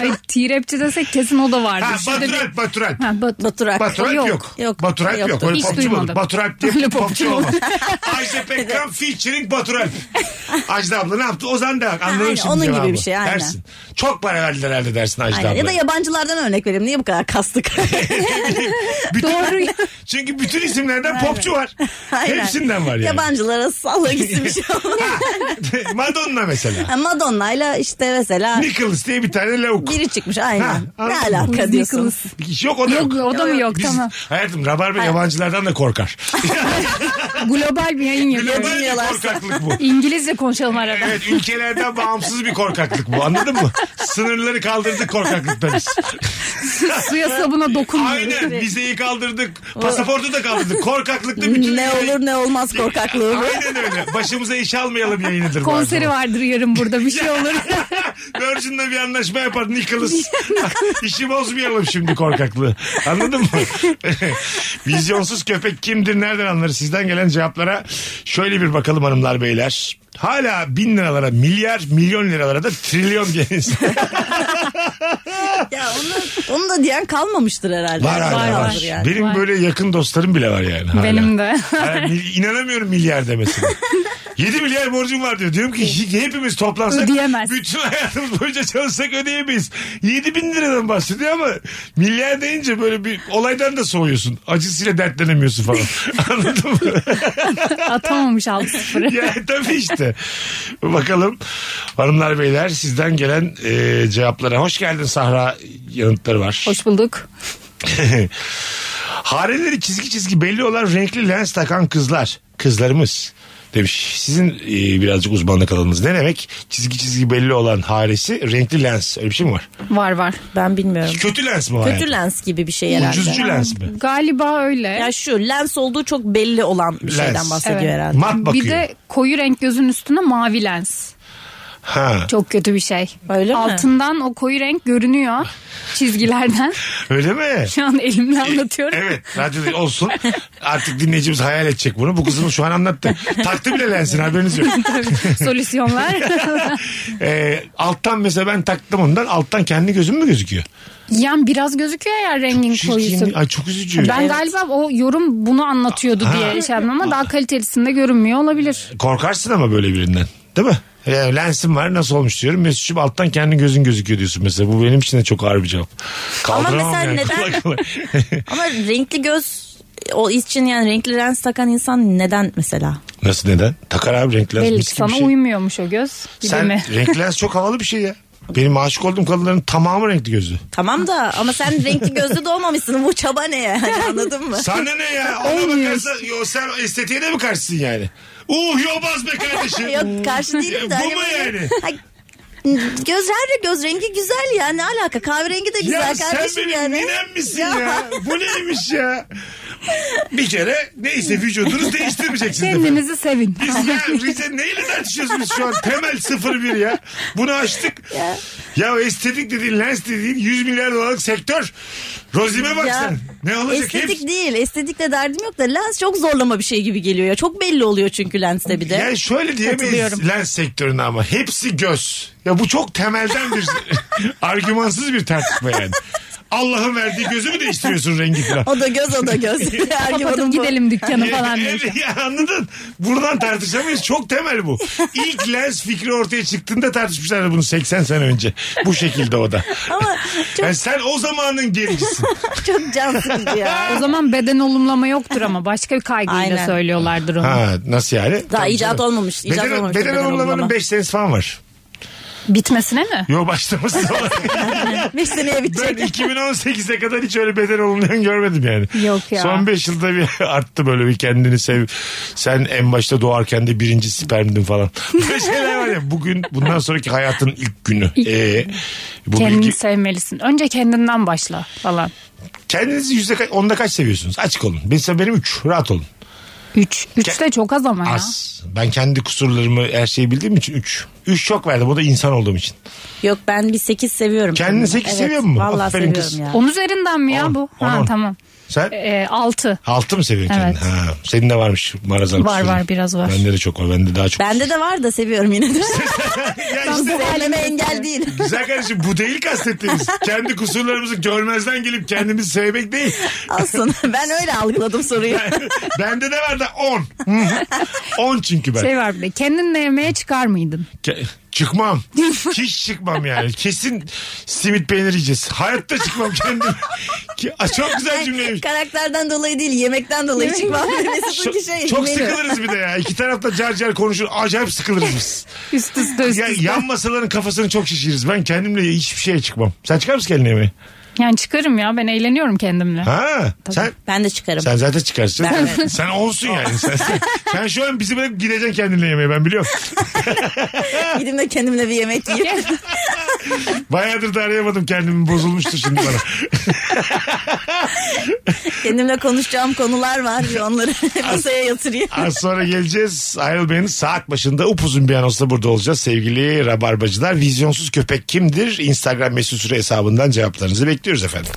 Ay, T-Rapçi desek kesin o da vardı.
Ha,
Şurada bir-
Baturalp, Baturalp.
Ha, Bat-
Baturak.
Baturalp yok.
Yok.
Yok.
Baturalp yok.
Yoktu.
Öyle
Hiç
popçu mu? olur?
duymadım.
Baturalp diye
Öyle
popçu
popçu
olmaz.
olur.
Ajda Pekkan featuring Baturalp. Ajda abla ne yaptı? Ozan da anlarım
aynen,
şimdi
onun gibi
cevabı.
bir şey, aynen.
Dersin. Çok para verdiler herhalde dersin Ajda
Aynen.
abla.
Ya da yabancılardan örnek vereyim. Niye bu kadar kastık?
bütün,
Doğru.
Çünkü bütün isimlerden popçu var.
Aynen.
Hepsinden var yani.
Yabancılara salla gitsin bir şey olmaz.
Madonna mesela.
Ha, Madonna'yla işte mesela
Nicholas diye bir tane lavuk.
biri çıkmış aynen.
Ha,
ne
anladım.
alaka diyorsun.
Nicholas.
Yok o da
Yok o da mı yok
Biz-
tamam.
Hayatım Rabarba yabancılardan da korkar.
Global bir yayın yapıyoruz.
Global bir
Bilmiyorlarsa.
korkaklık bu.
İngilizce konuşalım arada.
Evet ülkelerden bağımsız bir korkaklık bu anladın mı? Sınırları kaldırdık korkaklıktan biz.
Suya sabuna dokunmuyoruz.
Aynen vizeyi kaldırdık pasaportu da kaldırdık korkaklıkta bütün
Ne
ülkeyi-
olur ne olmaz korkaklığım.
Aynen öyle başımıza iş almayalım yayınıdır. bu
Konseri
akşam.
vardır yarın burada bir şey olur.
Virgin'le bir anlaşma yapar Nicholas. İşi bozmayalım şimdi korkaklığı. Anladın mı? Vizyonsuz köpek kimdir nereden anlarız? Sizden gelen cevaplara şöyle bir bakalım hanımlar beyler. Hala bin liralara milyar milyon liralara da trilyon diyen insan.
Ya onu, onu da diyen kalmamıştır herhalde.
var hala var.
Vardır yani.
Benim
Var.
böyle yakın dostlarım bile var yani. Hala.
Benim de.
Hala mil- inanamıyorum milyar demesine. 7 milyar borcum var diyor. Diyorum ki hepimiz toplansak
Ödeyemez.
bütün hayatımız boyunca çalışsak ödeyemeyiz. 7 bin liradan bahsediyor ama milyar deyince böyle bir olaydan da soğuyorsun. Acısıyla dertlenemiyorsun falan. Anladın mı?
Atamamış 6-0'ı.
ya tabii işte. Bakalım hanımlar beyler sizden gelen e, cevaplara. Hoş geldin Sahra yanıtları var.
Hoş bulduk.
Hareleri çizgi çizgi belli olan renkli lens takan kızlar. Kızlarımız demiş. Sizin e, birazcık uzmanlık alanınız. Ne demek? Çizgi çizgi belli olan haresi renkli lens. Öyle bir şey mi var?
Var var.
Ben bilmiyorum.
Kötü lens mi var?
Kötü lens gibi bir şey herhalde.
Ucuzcu lens mi?
Galiba öyle.
Ya şu lens olduğu çok belli olan bir
Lens.
şeyden bahsediyor
Evet.
herhalde.
Mat bakıyor.
Bir de koyu renk gözün üstüne mavi lens.
Ha,
Çok kötü bir şey.
Öyle mi?
Altından o koyu renk görünüyor çizgilerden.
öyle mi?
Şu an elimle anlatıyorum.
Şey, Evet radyoda olsun. Artık dinleyicimiz hayal edecek bunu. Bu kızımız şu an anlattı. Taktı bile lensin haberiniz yok.
Tabii, Solüsyonlar.
Ee, alttan mesela ben taktım ondan. Alttan kendi gözüm mü gözüküyor?
yani biraz gözüküyor ya rengin koyusu.
Çirkin. Ay çok üzücü.
Ben galiba o yorum bunu anlatıyordu
Ha.
diye şey yaptım ama daha kalitelisinde görünmüyor olabilir.
Korkarsın ama böyle birinden. Değil mi? Ya lensim var nasıl olmuş diyorum. Mesut'cum alttan kendi gözün gözüküyor diyorsun mesela. Bu benim için de çok ağır bir cevap. Kaldıramam
mesela
yani. kolay
neden-
kolay.
Ama renkli göz o için yani renkli lens takan insan neden mesela?
nasıl neden? Takar abi renk lens.
Belli
mis
ki
gibi
sana
bir şey.
uymuyormuş o göz. Gibi
Sen
mi?
renk lens çok havalı bir şey ya. Benim aşık olduğum kadınların tamamı renkli gözlü.
Tamam da ama sen renkli gözlü doğmamışsın. Bu çaba ne yani anladın mı?
Sana ne ya? Ona
Olmuyor.
bakarsan yo, sen estetiğe de mi karşısın yani? Uh yobaz be kardeşim.
Yok karşı değilim de.
Bu
hani
mu
böyle-
yani?
Ay, Göz her göz rengi güzel ya ne alaka kahverengi de güzel
Ya sen
kardeşim
benim
yani.
ninem misin ya? Bu neymiş ya? Bir kere neyse vücudunuz değiştirmeyeceksiniz. efendim.
Kendinizi sevin.
Biz ya Rize neyle tartışıyorsunuz şu an? Temel 01 ya. Bunu açtık. Ya, estetik dediğin, lens dediğin 100 milyar dolarlık sektör. Rozime bak
Ya,
sen. Ne olacak?
Estetik
Hepsi-
değil estetikle derdim yok da lens çok zorlama bir şey gibi geliyor ya. Çok belli oluyor çünkü lenste bir de.
Yani şöyle diyemeyiz
Katılıyorum.
lens sektörüne ama hepsi göz. Ya bu çok temelden bir argümansız bir tartışma yani. Allah'ın verdiği gözü mü değiştiriyorsun rengi falan?
O da göz o da göz. Her gün
Kapatıp
onun bu-
gidelim dükkanı falan
Evet,
diyor.
ya anladın. Buradan tartışamayız. Çok temel bu. İlk lens fikri ortaya çıktığında tartışmışlardı bunu 80 sene önce. Bu şekilde o da.
Ama çok,
Yani sen o zamanın gericisin.
çok can sıkıcı ya.
O zaman beden olumlama yoktur ama başka bir kaygıyla
Aynen.
söylüyorlardır onu.
Ha, nasıl yani?
Daha
Tabii
icat
canım.
olmamış. İcat
Beden,
olmamış
beden olumlamanın
olumlama.
5 senesi falan var.
Bitmesine mi?
Yo başlaması falan.
Beş seneye
Ben
bitecek.
2018'e kadar hiç öyle beden olumlayan görmedim yani.
Yok ya.
Son 5 yılda bir arttı böyle bir kendini sev. Sen en başta doğarken de birinci spermdin falan. Böyle şeyler var ya. Bugün bundan sonraki hayatın ilk günü. Ee, bu
Kendini
bilgi-
sevmelisin. Önce kendinden başla falan.
Kendinizi yüzde ka- onda kaç seviyorsunuz? Açık olun. Mesela benim 3. Rahat olun.
Üç. Üç de çok az ama ya.
Az. Ben kendi kusurlarımı her şeyi bildiğim için 3. 3 çok verdim. O da insan olduğum için.
Yok ben bir sekiz seviyorum.
Kendini
kendime.
sekiz
Evet,
seviyor musun?
Vallahi
Aferin kız.
seviyorum ya.
On üzerinden mi ya
On,
bu?
on,
Ha
on.
tamam.
Sen?
Ee, altı.
Altı mı seviyorsun
Evet.
kendini? Ha. Senin de varmış marazan
Var,
kusurun.
var, biraz var.
Bende de çok var. Bende daha çok.
Bende de var da seviyorum yine de.
Ya
Bu
işte-
Sevmeme engel değil.
Güzel kardeşim bu değil kastettiğimiz. Kendi kusurlarımızı görmezden gelip kendimizi sevmek değil.
Olsun. Ben öyle algıladım soruyu.
Bende de var da 10. 10 çünkü ben.
Şey var bir de kendinle yemeğe çıkar mıydın?
Ke- Çıkmam. Hiç çıkmam yani. Kesin simit peynir yiyeceğiz. Hayatta çıkmam kendim. Ki- Aa, Çok güzel cümleymiş.
Karakterden dolayı değil yemekten dolayı çıkmam. Mesut'unki şey.
Çok
menü.
sıkılırız bir de ya. İki tarafta car car konuşur. Acayip sıkılırız biz.
Üst üste üst
Ya,
üste.
yan masaların kafasını çok şişiririz. Ben kendimle hiçbir şeye çıkmam. Sen çıkar mısın kendine mi?
Yani çıkarım ya ben eğleniyorum kendimle.
Ha. Sen
Ben de çıkarım.
Sen zaten çıkarsın.
Ben evet.
Sen olsun yani. Sen, sen, sen şu an bizi bırakıp gideceksin kendinle yemeğe ben biliyorum.
Gideyim de kendimle bir yemek yiyeyim.
Bayağıdır da arayamadım kendimi bozulmuştu şimdi bana.
kendimle konuşacağım konular var. Bir onları masaya yatırayım.
Az sonra geleceğiz. Ayrılmayınız. Saat başında upuzun bir anonsla burada olacağız. Sevgili Rabarbacılar. Vizyonsuz köpek kimdir? Instagram mesut süre hesabından cevaplarınızı bekliyoruz efendim.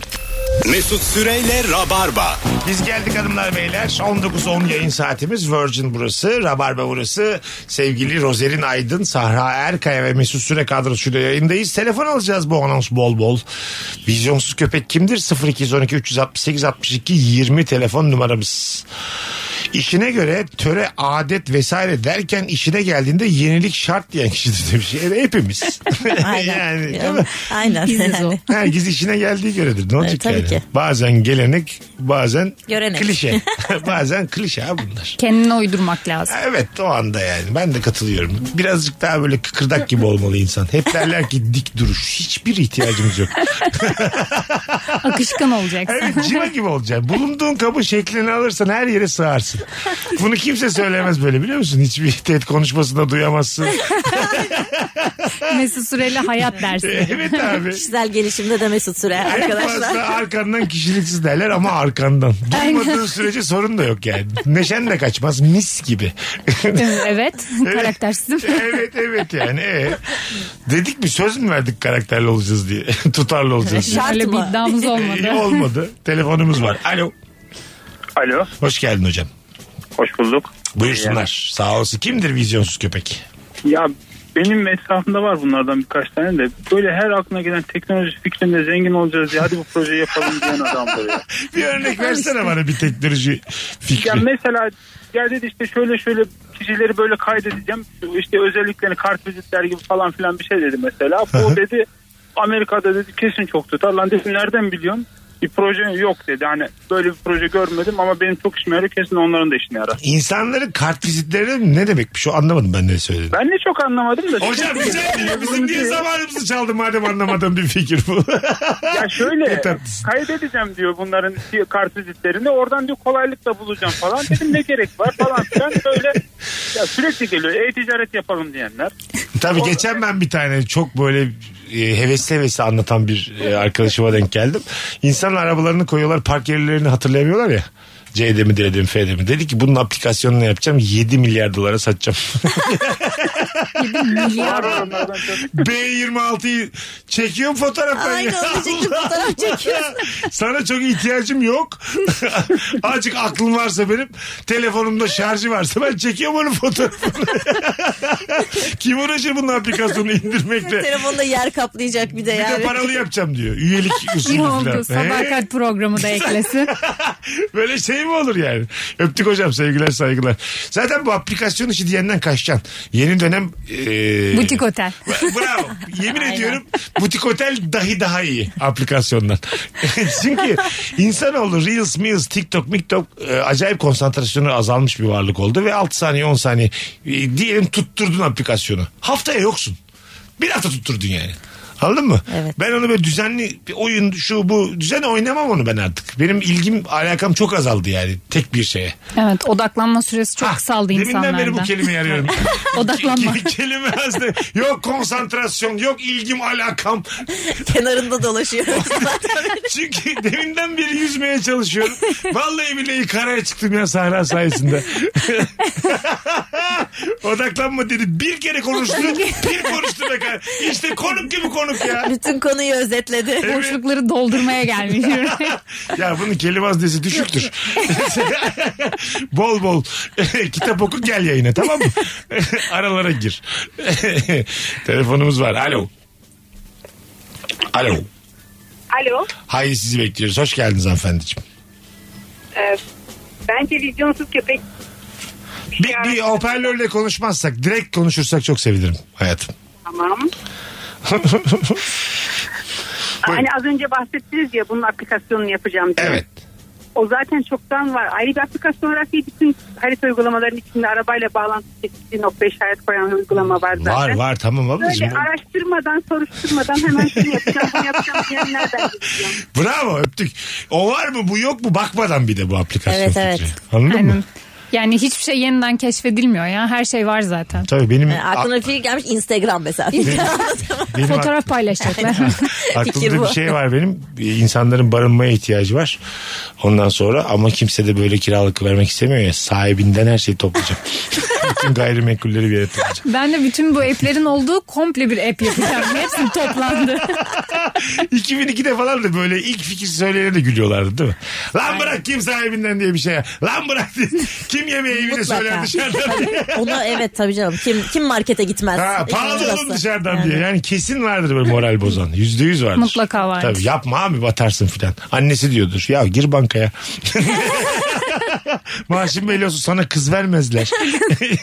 Mesut Süreyle Rabarba.
Biz geldik hanımlar beyler. 19.10 yayın saatimiz. Virgin burası. Rabarba burası. Sevgili Rozerin Aydın, Sahra Erkaya ve Mesut Süre kadrosuyla yayındayız. Telefon alacağız bu anons bol bol. Vizyonsuz köpek kimdir? 0212 368 62 20 telefon numaramız. İşine göre töre, adet vesaire derken işine geldiğinde yenilik şart diyen kişidir demiş. E, hepimiz.
Aynen.
yani, değil mi?
Aynen.
Biziz o.
Herkes işine geldiği göredir. Ne olacak
tabii
yani?
ki.
Bazen gelenek, bazen
Görenek.
klişe. bazen klişe abi bunlar.
Kendine uydurmak lazım.
Evet o anda yani ben de katılıyorum. Birazcık daha böyle kıkırdak gibi olmalı insan. Hep derler ki dik duruş. Hiçbir ihtiyacımız yok.
Akışkan olacaksın.
Evet cima gibi olacaksın. Bulunduğun kabın şeklini alırsan her yere sığarsın. Bunu kimse söylemez böyle biliyor musun? Hiçbir TED konuşmasında duyamazsın.
Mesut Süreli hayat dersi.
Evet abi.
Kişisel gelişimde de Mesut Süre
En fazla
arkadaşlar.
arkandan kişiliksiz derler ama arkandan. Durmadığın sürece sorun da yok yani. Neşen de kaçmaz mis gibi.
evet. Karaktersizim.
evet evet yani. Ee, dedik mi söz mü verdik karakterli olacağız diye. Tutarlı olacağız diye.
Şart
Öyle bir
mı?
iddiamız
Ee,
olmadı.
olmadı. Telefonumuz var. Alo.
Alo,
Hoş geldin hocam.
hoş bulduk.
Buyursunlar. Sağ olsun. Kimdir vizyonsuz köpek?
Ya benim etrafımda var bunlardan birkaç tane de. Böyle her aklına gelen teknoloji fikrinde zengin olacağız ya hadi bu projeyi yapalım diyen adamdır ya.
Bir örnek versene bana bir teknoloji fikri.
Ya mesela ya dedi işte şöyle şöyle kişileri böyle kaydedeceğim. Şu İşte özelliklerini kart vizitler gibi falan filan bir şey dedi mesela. Bu dedi Amerika'da dedi kesin çok tutar. Lan dedim nereden biliyorsun? Bir proje yok dedi. Hani böyle bir proje görmedim ama benim çok işime yarıyor. Kesin onların da işine yarar.
İnsanların kart vizitleri ne demekmiş? O anlamadım ben ne söyledim.
Ben de çok anlamadım da.
Hocam güzel ya bizim niye zamanımızı çaldı madem anlamadığım bir fikir bu.
Ya şöyle
Ne tatlısın.
kaydedeceğim diyor bunların kart vizitlerini. Oradan diyor kolaylıkla bulacağım falan. Dedim ne gerek var falan filan. Böyle ya sürekli geliyor. E-ticaret yapalım diyenler.
Tabii geçen ben bir tane çok böyle e, hevesli hevesli anlatan bir e, arkadaşıma denk geldim. İnsan arabalarını koyuyorlar park yerlerini hatırlayamıyorlar ya. C'de mi D'de mi F'de mi? Dedi ki bunun aplikasyonunu yapacağım 7 milyar dolara satacağım.
Var var onlardan çok.
B26'yı çekiyorum fotoğraflarını.
Aynı onu diyecektim, fotoğraf çekiyorsun.
Sana çok ihtiyacım yok. Azıcık aklım varsa benim telefonumda şarjı varsa ben çekiyorum onun fotoğrafını. Kim uğraşır bunun aplikasyonunu indirmekle?
Telefonda yer kaplayacak bir de
Bir de
yani.
paralı yapacağım diyor. Üyelik usulü
İyi
falan.
oldu.
He?
Sadakat programı da eklesin.
Böyle şey mi olur yani? Öptük hocam sevgiler saygılar. Zaten bu aplikasyon işi diyenden kaçacaksın. Yeni dönem... E...
Butik otel.
Bravo. Yemin ediyorum butik otel dahi daha iyi aplikasyondan. Çünkü insanoğlu Reels, Meals, TikTok, MikTok e, acayip konsantrasyonu azalmış bir varlık oldu. Ve 6 saniye 10 saniye e, diyelim tutturdun aplikasyonu. Haftaya yoksun. Bir hafta tutturdun yani. Anladın mı?
Evet.
Ben onu böyle düzenli bir oyun şu bu düzen oynamam onu ben artık. Benim ilgim alakam çok azaldı yani tek bir şeye.
Evet odaklanma süresi çok
Ah,
kısaldı
Deminden beri bu
insanlarda.
kelimeyi arıyorum.
Odaklanma.
Ke- kelime hazne. Yok konsantrasyon, yok ilgim, alakam.
Kenarında dolaşıyor.
Çünkü deminden beri yüzmeye çalışıyorum. Vallahi billahi karaya çıktım ya Sahra sayesinde. Odaklanma dedi. Bir kere konuştu. bir konuştu be kar. İşte konuk gibi konuk ya.
Bütün konuyu özetledi.
Boşlukları doldurmaya gelmiş.
Ya bunun kelime haznesi düşüktür. bol bol kitap oku gel yayına tamam mı? Aralara gir. Telefonumuz var. Alo. Alo.
Alo.
Haydi sizi bekliyoruz. Hoş geldiniz hanımefendiciğim.
e, bence vizyonsuz köpek
Bir, bir hoparlörle konuşmazsak, direkt konuşursak çok sevinirim hayatım.
tamam.
Buyurun.
Hani az önce bahsettiniz ya bunun aplikasyonunu yapacağım diye.
evet.
O zaten çoktan var. Ayrı bir aplikasyon olarak değil bütün harita uygulamalarının içinde arabayla bağlantı çekici nokta işaret koyan uygulama var zaten.
Var var tamam
Böyle
ablacığım.
araştırmadan soruşturmadan hemen şunu yapacağım bunu yapacağım diyen nereden gideceğim?
Bravo öptük. O var mı bu yok mu bakmadan bir de bu aplikasyon
Evet,
fikri.
evet.
Anladın mı?
Aynen. Yani hiçbir şey yeniden keşfedilmiyor ya. Her şey var zaten.
Tabii benim,
Yani aklına bir fikir gelmiş Instagram mesela.
benim
Fotoğraf paylaşacaklar.
Fikir
Aklımda
bu.
bir şey var benim. İnsanların barınmaya ihtiyacı var. Ondan sonra ama kimse de böyle kiralık vermek istemiyor ya. Sahibinden her şeyi toplayacağım. Bütün gayrimenkulleri bir yere toplayacağım.
ben de bütün bu app'lerin olduğu komple bir app yapacağım. Hepsi toplandı.
2002'de falan da böyle ilk fikir söyleyene de gülüyorlardı değil mi? Lan bırak kim sahibinden diye bir şey. Lan bırak diye. Kim yemeği evine
Mutlaka.
söyler dışarıdan diye.
Onu evet tabii canım. Kim kim markete gitmez?
Ha,
İkinci
pahalı oğlum
burası.
dışarıdan diye. Yani kesin vardır böyle moral bozan. Yüzde yüz vardır.
Mutlaka vardır.
Tabii yapma abi batarsın filan. Annesi diyordur. Ya gir bankaya. Maaşın belli olsun sana kız vermezler.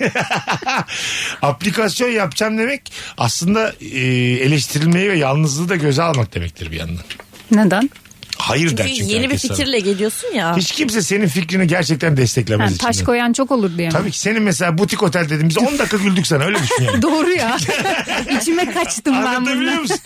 Aplikasyon yapacağım demek aslında e, eleştirilmeyi ve yalnızlığı da göze almak demektir bir yandan.
Neden?
Hayır der
Çünkü
çünkü
yeni bir
herkes sana.
fikirle geliyorsun ya.
Hiç kimse senin fikrini gerçekten desteklemez
Yani
içinden.
taş koyan çok olur diye. mi?
Tabii ki senin mesela butik otel dediğimizde 10 dakika güldük sana öyle düşün yani.
Doğru ya. İçime kaçtım ben
Anlatabiliyor
bundan.
musun?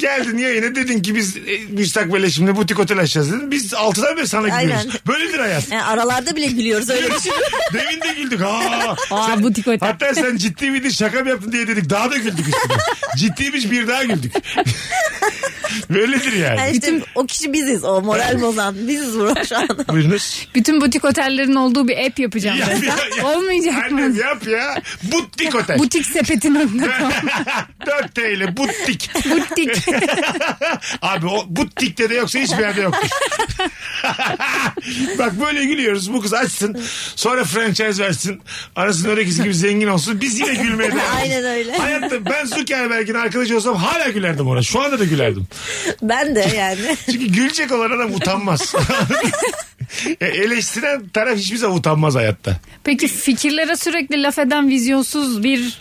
Geldin yayına dedin ki biz e, müstakbele şimdi butik otel açacağız dedin. Biz 6'dan beri sana
Aynen.
gülüyoruz. Böyledir hayat.
Yani aralarda bile gülüyoruz öyle şey. düşün.
Demin de güldük. Aa,
Aa, butik otel.
Hatta sen ciddi miydin şaka mı yaptın diye dedik. Daha da güldük üstüne. Ciddiymiş bir daha güldük. Böyledir yani.
Yani işte o kişi biziz. O moral bozan biziz bu şu an.
Buyurunuz.
Bütün butik otellerin olduğu bir app yapacağım.
Yap
ben.
ya, yap.
Olmayacak
Annem
mı?
yap ya. Butik otel.
Butik sepetin
4 T ile butik.
Butik.
Abi o butikte de yoksa hiçbir yerde yoktur. Bak böyle gülüyoruz. Bu kız açsın. Sonra franchise versin. Arasında örekisi gibi zengin olsun. Biz yine gülmeye devam ederiz.
Aynen öyle.
Hayatta ben Zuckerberg'in arkadaşı olsam hala gülerdim ona. Şu anda da gülerdim.
Ben de yani.
Çünkü gülecek olan adam utanmaz. E, Eleştiren taraf hiçbir zaman utanmaz hayatta.
Peki fikirlere sürekli laf eden vizyonsuz bir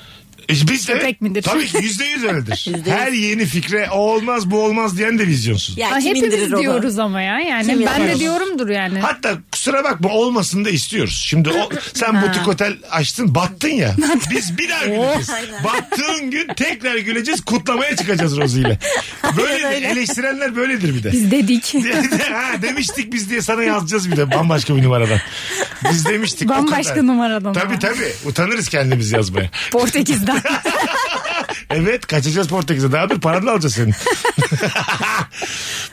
E, Biz de,
Köpek midir?
Tabii ki yüzde yüz öyledir. Her yeni fikre o olmaz bu olmaz diyen de vizyonsuz.
Ya
Aa,
kim
hepimiz
indirir onu?
diyoruz ama ya. Yani
Kim
ben
yapar
de
onu?
diyorumdur yani.
Hatta kusura bakma olmasını da istiyoruz. Şimdi o, sen butik otel açtın battın ya. Biz bir
Oh,
daha güleceğiz.
aynen.
Battığın gün tekrar güleceğiz kutlamaya çıkacağız Rozi ile. Böyle eleştirenler böyledir bir de.
Biz dedik.
ha, demiştik biz diye sana yazacağız bir de bambaşka bir numaradan. Biz demiştik. o
Bambaşka
kadar.
numaradan.
Tabii
ama.
tabii utanırız kendimiz yazmaya.
Portekiz'den.
Evet kaçacağız Portekiz'e. Daha dur paranı da alacağız senin.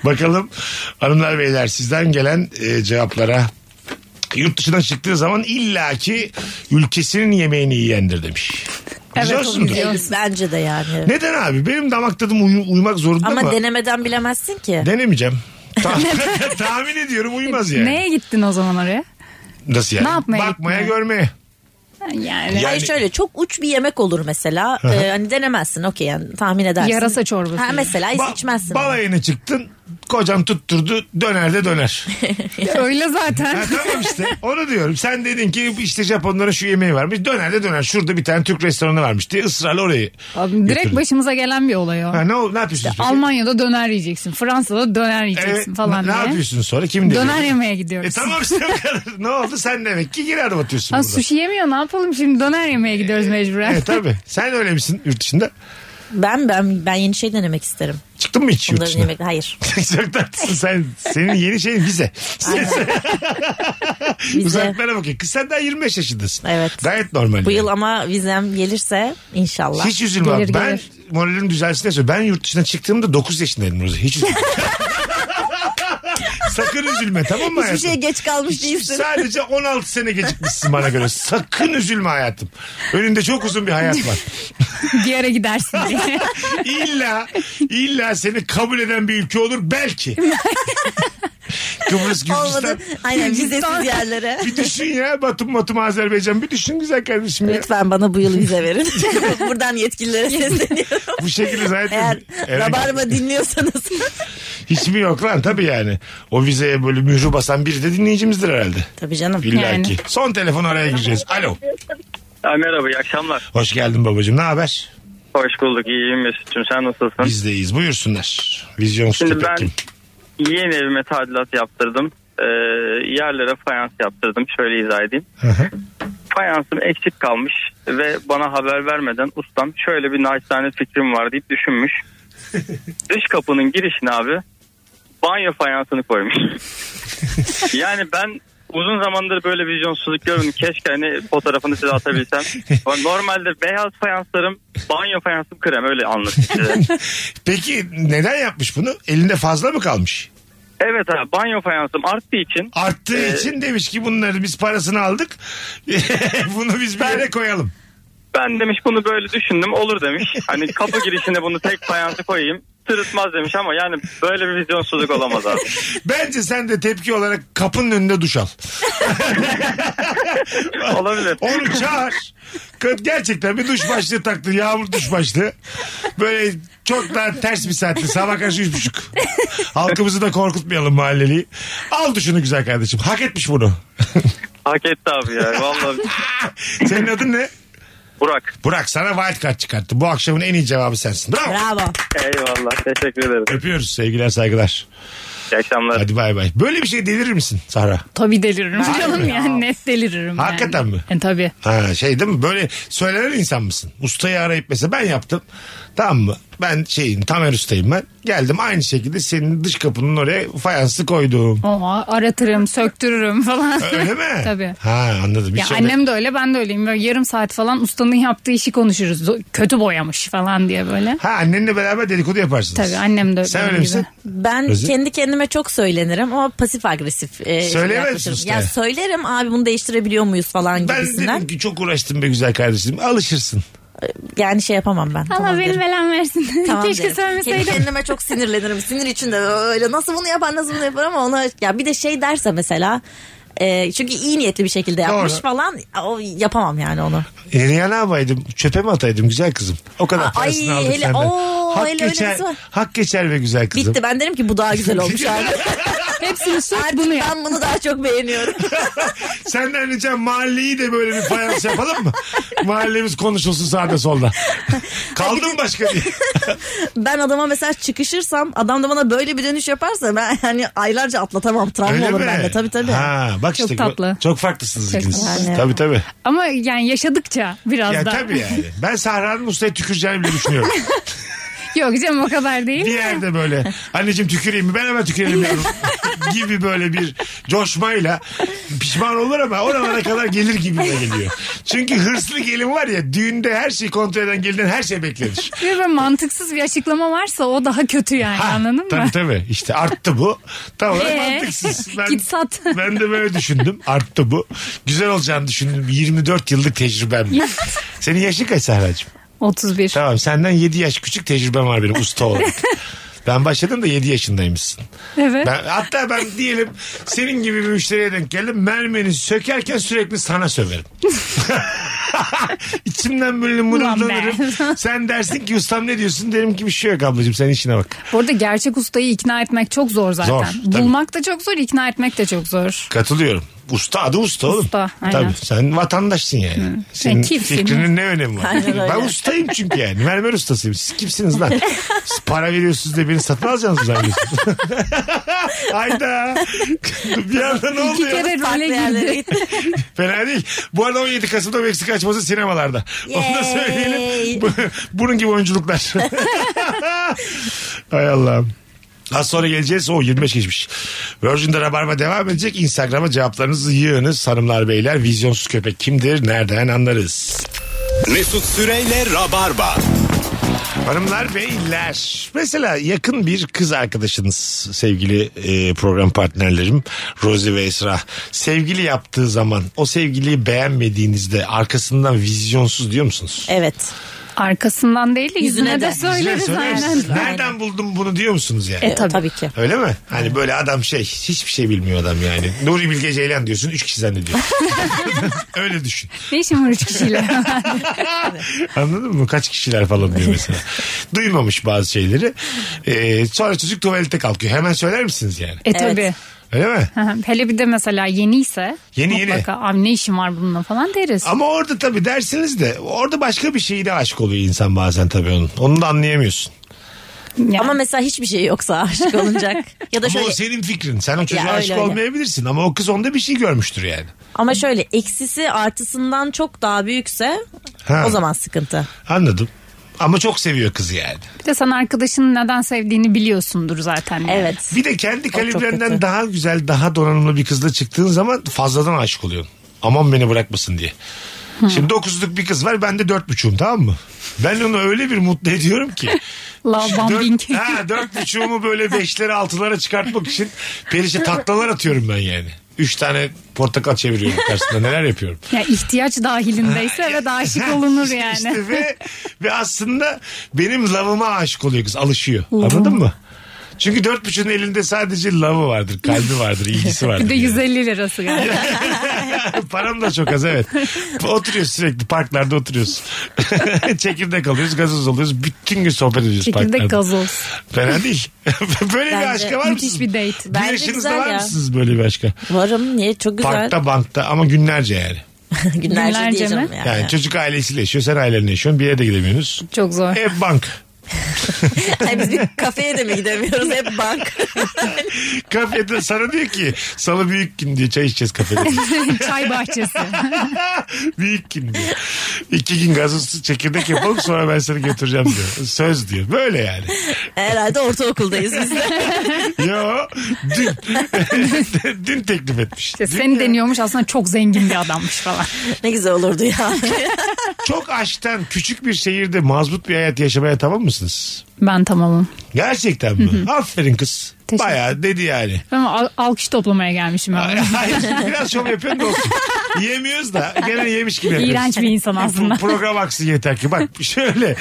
Bakalım hanımlar beyler sizden gelen e, cevaplara. yurt dışına çıktığı zaman illaki ülkesinin yemeğini yiyendir demiş.
Evet,
Biliyorsundur.
o güzel.
Bence de yani.
Neden abi? Benim damak tadım uyu- uyumak zorunda
Ama
mı?
denemeden bilemezsin ki.
Denemeyeceğim. Ta- tahmin ediyorum uyumaz yani.
Neye gittin o zaman oraya?
Nasıl yani?
Ne yapmaya
Bakmaya
gittin?
görmeye.
Yani
Ya-
Hayır
Yani-
şöyle çok uç bir yemek olur mesela. Ee, hani denemezsin okey yani tahmin edersin.
Yarasa çorbası.
Ha mesela hiç
Ba-
içmezsin.
balayına çıktın. Kocan tutturdu. Döner de döner.
öyle zaten.
Ha, tamam işte onu diyorum. Sen dedin ki işte Japonların şu yemeği varmış. Döner de döner. Şurada bir tane Türk restoranı varmış diye ısrarla orayı.
Abi, direkt
götürdün.
başımıza gelen bir olay o.
Ha, ne, ol- ne yapıyorsunuz? peki?
Almanya'da döner yiyeceksin. Fransa'da döner
Evet,
yiyeceksin falan
ne,
diye.
ne yapıyorsun sonra? Kim dedi?
Döner yemeye
E
gidiyoruz.
tamam işte bu kadar. ne oldu? Sen demek ki geri adım atıyorsun
Ha,
burada.
sushi yemiyor ne yapalım şimdi döner yemeye
E,
gidiyoruz mecburen.
Evet tabii. Sen öyle misin yurt dışında?
Ben ben ben yeni şey denemek isterim.
Çıktın mı hiç yurt
Bunların
dışına?
yemek hayır.
Çok tatlısın sen. Senin yeni şeyin vize.
Vize.
Uzaklara bakıyor. Kız sen daha 25 yaşındasın.
Evet.
Gayet normal.
Bu
yani.
yıl ama vizem gelirse inşallah.
Hiç üzülme
Gelir,
abi. Ben
gelir.
moralim düzelsin diye söylüyorum. Ben yurt dışına çıktığımda 9 yaşındaydım Rozi. Hiç üzülme. Sakın üzülme tamam mı
Hiçbir şeye
hayatım?
geç kalmış değilsin.
Sadece 16 sene gecikmişsin bana göre. Sakın üzülme hayatım. Önünde çok uzun bir hayat var.
Bir yere gidersin diye.
İlla, illa seni kabul eden bir ülke olur belki. Kıbrıs,
Olmadı.
Gürcistan.
Aynen vizesiz yerlere.
Bir düşün ya Batum Batum Azerbaycan. Bir düşün güzel kardeşim ya.
Lütfen bana bu yıl vize verin. Buradan yetkililere sesleniyorum.
Bu şekilde zaten.
Eğer
Evet.
Rabarba dinliyorsanız.
Hiç mi yok lan tabii yani. O vizeye böyle mührü basan biri de dinleyicimizdir herhalde.
Tabii canım.
İlla
Yani.
ki. Son telefon araya gireceğiz. Alo.
merhaba iyi akşamlar.
Hoş geldin babacığım. Ne haber?
Hoş bulduk iyiyim Mesut'cum sen nasılsın?
Bizdeyiz. Buyursunlar. Vizyon
Şimdi ben
Stüpek'im.
yeni evime tadilat yaptırdım. Ee, yerlere fayans yaptırdım. Şöyle izah edeyim. Fayansım eksik kalmış ve bana haber vermeden ustam şöyle bir naçizane fikrim var deyip düşünmüş. Dış kapının girişine abi banyo fayansını koymuş. yani ben uzun zamandır böyle vizyonsuzluk görmedim. Keşke hani fotoğrafını size atabilsem. Normalde beyaz fayanslarım banyo fayansım krem öyle anlatayım size.
Peki neden yapmış bunu? Elinde fazla mı kalmış?
Evet abi banyo fayansım arttığı için
Arttığı
Ee,
için demiş ki bunları biz parasını aldık. bunu biz bir yere koyalım.
ben demiş bunu böyle düşündüm olur demiş. Hani kapı girişine bunu tek fayansı koyayım sırıtmaz demiş ama yani böyle bir vizyonsuzluk olamaz abi.
Bence sen de tepki olarak kapının önünde duş al.
Olabilir.
Onu çağır. Kız Gerçekten bir duş başlığı taktı. Yağmur duş başlığı. Böyle çok daha ters bir saatte. Sabah karşı üç buçuk. Halkımızı da korkutmayalım mahalleliği. Al duşunu güzel kardeşim. Hak etmiş bunu.
Hak etti abi ya vallahi
Senin adın ne?
Burak.
Burak sana wild card çıkarttı. Bu akşamın en iyi cevabı sensin. Bravo.
Bravo.
Eyvallah teşekkür ederim.
Öpüyoruz sevgiler saygılar.
İyi akşamlar.
Hadi bay bay. Böyle bir şey delirir misin Sahra?
tabii deliririm canım
mi?
yani net deliririm.
Hakikaten
yani.
mi?
E, tabii.
Ha, şey değil mi? Böyle söylenen insan mısın? Ustayı arayıp mesela ben yaptım. Tamam mı? Ben şeyim Tamer ustayım ben. Geldim aynı şekilde senin dış kapının oraya fayanslı koydum.
Oha aratırım söktürürüm falan.
Öyle mi?
Tabii.
Ha anladım. Bir
Ya
şey de-
annem de öyle ben de öyleyim. Böyle yarım saat falan ustanın yaptığı işi konuşuruz. Do- Kötü boyamış falan diye böyle.
Ha annenle beraber dedikodu yaparsınız.
Tabii annem de öyle.
Sen
benim
öyle
gibi.
misin?
Ben
Özür-
kendi kendime çok söylenirim ama pasif agresif. E,
Söyleyemezsin
yaklaşırım.
usta.
Ya söylerim abi bunu değiştirebiliyor muyuz falan
Ben
gibisinden.
dedim ki çok uğraştım be güzel kardeşim. Alışırsın.
Yani şey yapamam ben.
Allah
Tamam derim.
bel belen versin.
Tamam
Keşke
derim. Kendi
söylemeseydim.
kendime çok sinirlenirim. Sinir içinde öyle nasıl bunu yapar nasıl bunu yapar ama ona ya bir de şey derse mesela e, çünkü iyi niyetli bir şekilde yapmış
Doğru.
falan o yapamam yani onu.
Eriye ne yapaydım? Çöpe mi ataydım güzel kızım? O kadar
Aa,
parasını
ay,
aldık
hele-
senden.
oo,
hak,
hele öyle
geçer,
bir şey var.
hak geçer be güzel kızım.
Bitti ben derim ki bu daha güzel olmuş abi.
Hepsini sök
Artık
bunu yap.
ben bunu daha çok beğeniyorum.
Senden ricam mahalleyi de böyle bir fayans yapalım mı? Mahallemiz konuşulsun sağda solda. Kaldı mı başka diye.
ben adama mesela çıkışırsam adam da bana böyle bir dönüş yaparsa ben hani aylarca atlatamam. Travma
Öyle
olur
mi?
bende tabii tabii.
Ha, bak
Çok
işte,
tatlı.
Çok farklısınız
Çok
ikiniz.
tatlı.
Tabii tabii.
Ama yani yaşadıkça biraz
Ya
da.
tabii yani. Ben Sahra'nın ustaya tüküreceğini bile düşünüyorum.
Yok canım o kadar değil.
Bir yerde böyle anneciğim tüküreyim mi ben hemen tükürelim diyorum. gibi böyle bir coşmayla pişman olur ama oralara kadar gelir gibi de geliyor. Çünkü hırslı gelin var ya düğünde her şeyi kontrol eden gelinden her şey beklenir.
Bir böyle mantıksız bir açıklama varsa o daha kötü yani
Ha,
anladın
tabii,
mı?
Tabii işte arttı bu. Tam olarak
Ee?
mantıksız.
Git sat.
Ben de böyle düşündüm. Arttı bu. Güzel olacağını düşündüm. 24 yıllık tecrübem. Senin yaşın kaç Sahra'cığım?
31.
Tamam senden 7 yaş küçük tecrübem var benim usta olarak. Ben başladım da 7 yaşındaymışsın.
Evet.
Ben, hatta ben diyelim senin gibi bir müşteriye denk geldim. Mermeni sökerken sürekli sana söverim. İçimden böyle mırıldanırım. Sen dersin ki ustam ne diyorsun? Derim ki bir şey yok ablacığım sen işine bak.
Bu arada gerçek ustayı ikna etmek çok zor zaten.
Zor, tabii.
Bulmak da çok zor, ikna etmek de çok zor.
Katılıyorum. Usta adı usta oğlum.
Usta, aynen.
Tabii sen vatandaşsın yani. Senin
kimsin?
fikrinin ne önemi var?
Aynen öyle.
ben ustayım çünkü yani. Mermer ustasıyım. Siz kimsiniz lan? Siz para veriyorsunuz da beni satın alacaksınız mı zannediyorsunuz? Hayda. bir anda ne oldu
İki
ya?
kere
Farklı
role
yerlere
girdi.
gitti.
Fena değil. Bu arada 17 Kasım'da Meksika açması sinemalarda. Onu da
Yay.
söyleyelim. Bu- Bunun gibi oyunculuklar. Hay Allah'ım. Az sonra geleceğiz. O 25 geçmiş. Virgin'de Rabarba devam edecek. Instagram'a cevaplarınızı yığınız. Hanımlar beyler vizyonsuz köpek kimdir? Nereden anlarız?
Mesut Süreyle Rabarba.
Hanımlar beyler. Mesela yakın bir kız arkadaşınız sevgili e, program partnerlerim Rozi ve Esra. Sevgili yaptığı zaman o sevgiliyi beğenmediğinizde arkasından vizyonsuz diyor musunuz?
Evet.
Arkasından değil de yüzüne,
Yüzüne
de,
de.
Güzel
söyleriz
söyler
aynen.
misiniz? Nereden buldum bunu diyor musunuz yani?
E, tabii. ki.
Öyle mi? Hani böyle adam şey hiçbir şey bilmiyor adam yani. Nuri Bilge Ceylan diyorsun üç kişi zannediyor. Öyle düşün.
Ne işin var üç kişiyle?
Anladın mı? Kaç kişiler falan diyor mesela. Duymamış bazı şeyleri. Ee, sonra çocuk tuvalete kalkıyor. Hemen söyler misiniz yani?
e tabii.
Öyle mi?
Hele bir de mesela yeniyse
Yeni, yeni.
mutlaka abi ne işin var bununla falan deriz.
Ama orada tabii dersiniz de orada başka bir şeyle aşık oluyor insan bazen tabii onun. Onu da anlayamıyorsun.
Yani.
Ama mesela hiçbir şey yoksa aşık olunacak. ya da
Ama o
şöyle
senin fikrin. Sen o çocuğa
öyle,
aşık
öyle.
olmayabilirsin ama o kız onda bir şey görmüştür yani.
ama şöyle eksisi artısından çok daha büyükse
Ha.
o zaman sıkıntı.
Anladım. Ama çok seviyor kızı yani.
bir de sen arkadaşının neden sevdiğini biliyorsundur zaten. yani.
Evet.
Bir de kendi
çok
kalibrenden
kötü.
daha güzel, daha donanımlı bir kızla çıktığın zaman fazladan aşık oluyorsun. Aman beni bırakmasın diye.
Hmm.
Şimdi dokuzluk bir kız var ben de dört buçuğum tamam mı? Ben onu öyle bir mutlu ediyorum ki.
Love
Şu
bombing.
Dört, ha, dört buçuğumu böyle beşlere altılara çıkartmak için perişe taklalar atıyorum ben yani. Üç tane portakal çeviriyorum karşısında neler yapıyorum.
Ya ihtiyaç dahilindeyse evet aşık olunur
İşte-
yani.
işte ve, ve aslında benim lavıma aşık oluyor kız alışıyor anladın mı? Çünkü dört buçuğun elinde sadece lavı vardır, kalbi vardır, ilgisi vardır.
Bir de
yani.
150 lirası galiba.
Param da çok az evet. Oturuyoruz sürekli parklarda oturuyoruz. Çekirdek alıyoruz, gazoz alıyoruz. Bütün gün sohbet ediyoruz parklarda.
Çekirdek gazoz.
Fena değil. böyle
Bence
bir aşka var
müthiş
mısınız?
bir date.
Bir
Bence
yaşınızda
güzel
var
ya.
mısınız böyle bir aşka?
Varım niye çok güzel.
Parkta, bankta ama günlerce yani.
Günlerce,
Günlerce
diyeceğim
mi?
yani.
Yani çocuk ailesiyle yaşıyor, sen ailenle yaşıyorsun. Bir yere de gidemiyorsunuz.
Çok zor.
Ev bank.
Ay, biz bir kafeye de mi gidemiyoruz hep bank.
Kafede sana diyor ki salı büyük gün diyor çay içeceğiz kafede.
Çay bahçesi.
büyük gün diyor. İki gün gazoz çekirdek yapalım sonra ben seni götüreceğim diyor. Söz diyor. Böyle yani.
Herhalde ortaokuldayız biz de.
Yo dün, dün teklif etmiş.
İşte seni deniyormuş aslında çok zengin bir adammış falan.
Ne güzel olurdu ya.
Çok açtan küçük bir şehirde mazbut bir hayat yaşamaya tamam mısınız?
Ben tamamım.
Gerçekten mi? Aferin kız.
Teşekkür
Bayağı dedi yani.
Ben al- alkış toplamaya gelmişim. ben.
Hayır, biraz şov yapıyorsun da olsun. Yemiyoruz da gene yemiş gibi yapıyoruz.
İğrenç bir insan aslında.
Bu program aksın yeter ki. Bak şöyle.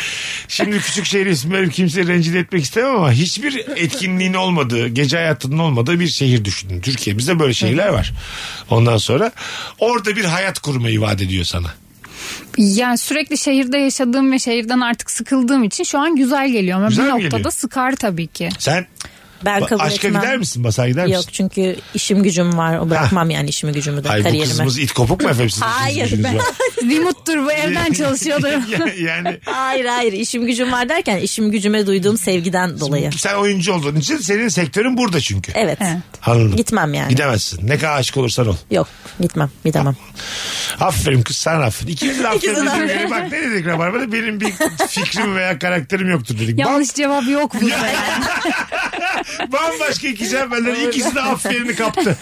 Şimdi küçük şehir ismi verip kimseyi rencide etmek istemem ama hiçbir etkinliğin olmadığı, gece hayatının olmadığı bir şehir düşünün. Türkiye'mizde böyle şehirler var. Ondan sonra orada bir hayat kurmayı vaat ediyor sana.
Yani sürekli şehirde yaşadığım ve şehirden artık sıkıldığım için şu an güzel geliyor. Ama
Güzel mi
bir noktada
geliyor?
sıkar tabii ki.
Sen
Ben kabul
Aşka
etmem.
gider misin? Basar gider misin?
Yok çünkü işim gücüm var. O bırakmam yani işimi gücümü de
Ay bu
kariyerimi.
kızımız it kopuk mu efendim? Sizin
Hayır,
işiniz
ben-
var.
Remote'dur bu evden çalışıyordur.
Ya- yani
Hayır hayır işim gücüm var derken işim gücüme duyduğum sevgiden dolayı.
sen oyuncu olduğun için senin sektörün burada çünkü.
Evet.
Evet.
Anladım.
Gitmem E, yani.
Gidemezsin. Ne kadar aşık olursan ol.
Yok gitmem gidemem.
Aferin kız sana aferin. İkimiz de aferin.
İkisi de
dedik.
aferin.
Bak ne dedik Rabarba'da benim bir fikrim veya karakterim yoktur dedik.
Yanlış cevap yok burada.
Bam- bambaşka iki cevaplardan ikisi de aferini kaptı.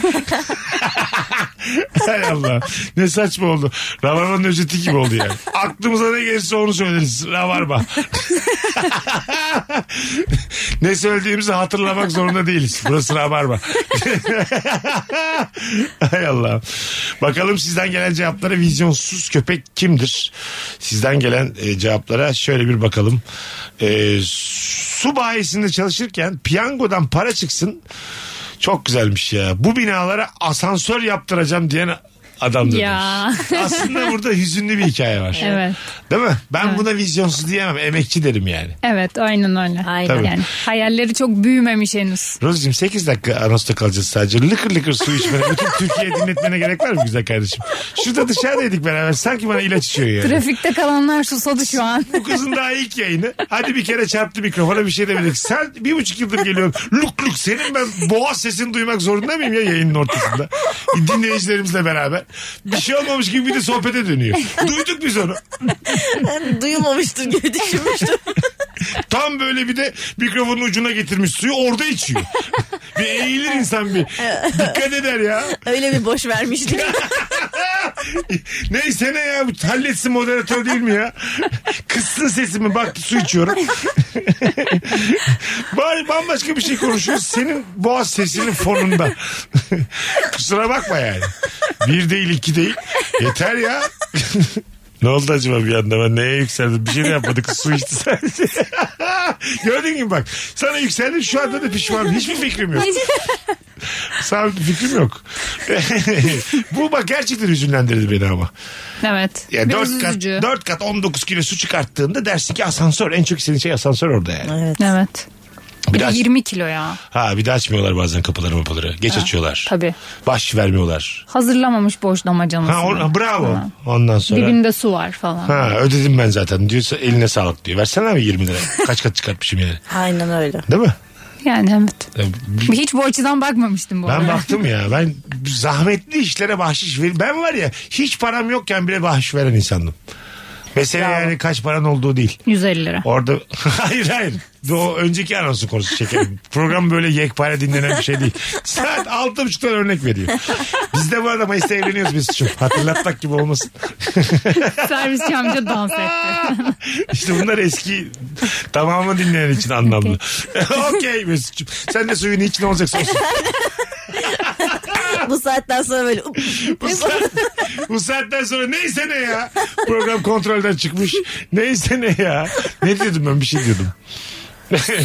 Hay Allah. Ne saçma oldu. Rabarba'nın özeti gibi oldu yani. Aklımıza ne gelirse onu söyleriz. Rabarba. ne söylediğimizi hatırlamak zorunda değiliz. Burası Rabarba. Hay Allah. Bakalım sizden gelen cevaplara vizyonsuz köpek kimdir? Sizden gelen e, cevaplara şöyle bir bakalım. E, su bayisinde çalışırken piyangodan para çıksın. Çok güzelmiş ya. Bu binalara asansör yaptıracağım diyen adamdır.
Ya.
demiş. Aslında burada hüzünlü bir hikaye var.
Evet.
Değil mi? Ben buna vizyonsuz diyemem. Emekçi derim yani.
Evet aynen öyle.
Aynen. Tabii.
Yani hayalleri çok büyümemiş henüz.
Rozicim 8 dakika anonsta kalacağız sadece. Lıkır lıkır su içmene, bütün Türkiye'yi dinletmene gerek var mı güzel kardeşim? Şurada dışarıdaydık beraber. Sanki bana ilaç içiyor yani.
Trafikte kalanlar susadı şu an.
Bu kızın daha ilk yayını. Hadi bir kere çarptı mikrofona bir şey demedik. Sen bir buçuk yıldır geliyorsun. Luk luk senin ben boğaz sesini duymak zorunda mıyım ya yayının ortasında? Dinleyicilerimizle beraber. Bir şey olmamış gibi bir de sohbete dönüyor. Duyduk biz onu.
Duyulmamıştım gibi düşünmüştüm.
Tam böyle bir de mikrofonun ucuna getirmiş suyu orada içiyor. bir eğilir insan bir. Dikkat eder ya.
Öyle bir boş vermiştik.
Neyse ne ya bu halletsin moderatör değil mi ya? Kıssın sesimi baktı su içiyorum. Bari bambaşka bir şey konuşuyoruz. Senin boğaz sesinin fonunda. Kusura bakma yani. Bir değil iki değil. Yeter ya. ne oldu acaba bir anda ben neye yükseldim? Bir şey de yapmadık su içti sadece. Gördün gibi bak. Sana yükseldim şu anda da pişmanım. Hiçbir fikrim yok. Sabit bir fikrim yok. Bu bak gerçekten hüzünlendirdi beni ama.
Evet.
Yani
Biraz
4 kat,
üzücü.
4 kat 19 kilo su çıkarttığında dersin ki asansör. En çok istediğin şey asansör orada yani.
evet.
Evet. Bir de
Biraz-
20 kilo ya.
Ha bir de açmıyorlar bazen kapıları kapıları. Geç açıyorlar.
Tabii.
Baş vermiyorlar.
Hazırlamamış boş damacanasını.
Ha or- bravo.
Ha.
Ondan sonra.
Dibinde su var falan.
Ha ödedim ben zaten. Diyorsa eline sağlık diyor. Versene abi 20 lira. Kaç kat çıkartmışım yani.
Aynen öyle.
Değil mi?
Yani evet.
Ya, bir-
Hiç bu açıdan bakmamıştım bu
Ben
arada.
baktım ya ben zahmetli işlere bahşiş ver. Ben var ya hiç param yokken bile bahşiş veren insandım. Mesela yani kaç paran olduğu değil.
150 lira.
Orada hayır hayır. O önceki anonsu konusu şekerim. Program böyle yekpare dinlenen bir şey değil. Saat altı buçuktan örnek veriyor. Biz de bu arada Mayıs'ta evleniyoruz biz şu. Hatırlatmak gibi olmasın.
Servisçi amca dans etti.
işte bunlar eski tamamı dinleyen için anlamlı. Okey Mesut'cum. Sen de suyunu iç ne olacaksa olsun.
Bu saatten sonra böyle up,
Bu, saat- bu saatten sonra neyse ne ya. Program kontrolden çıkmış. Neyse ne ya. Ne diyordum ben bir şey diyordum.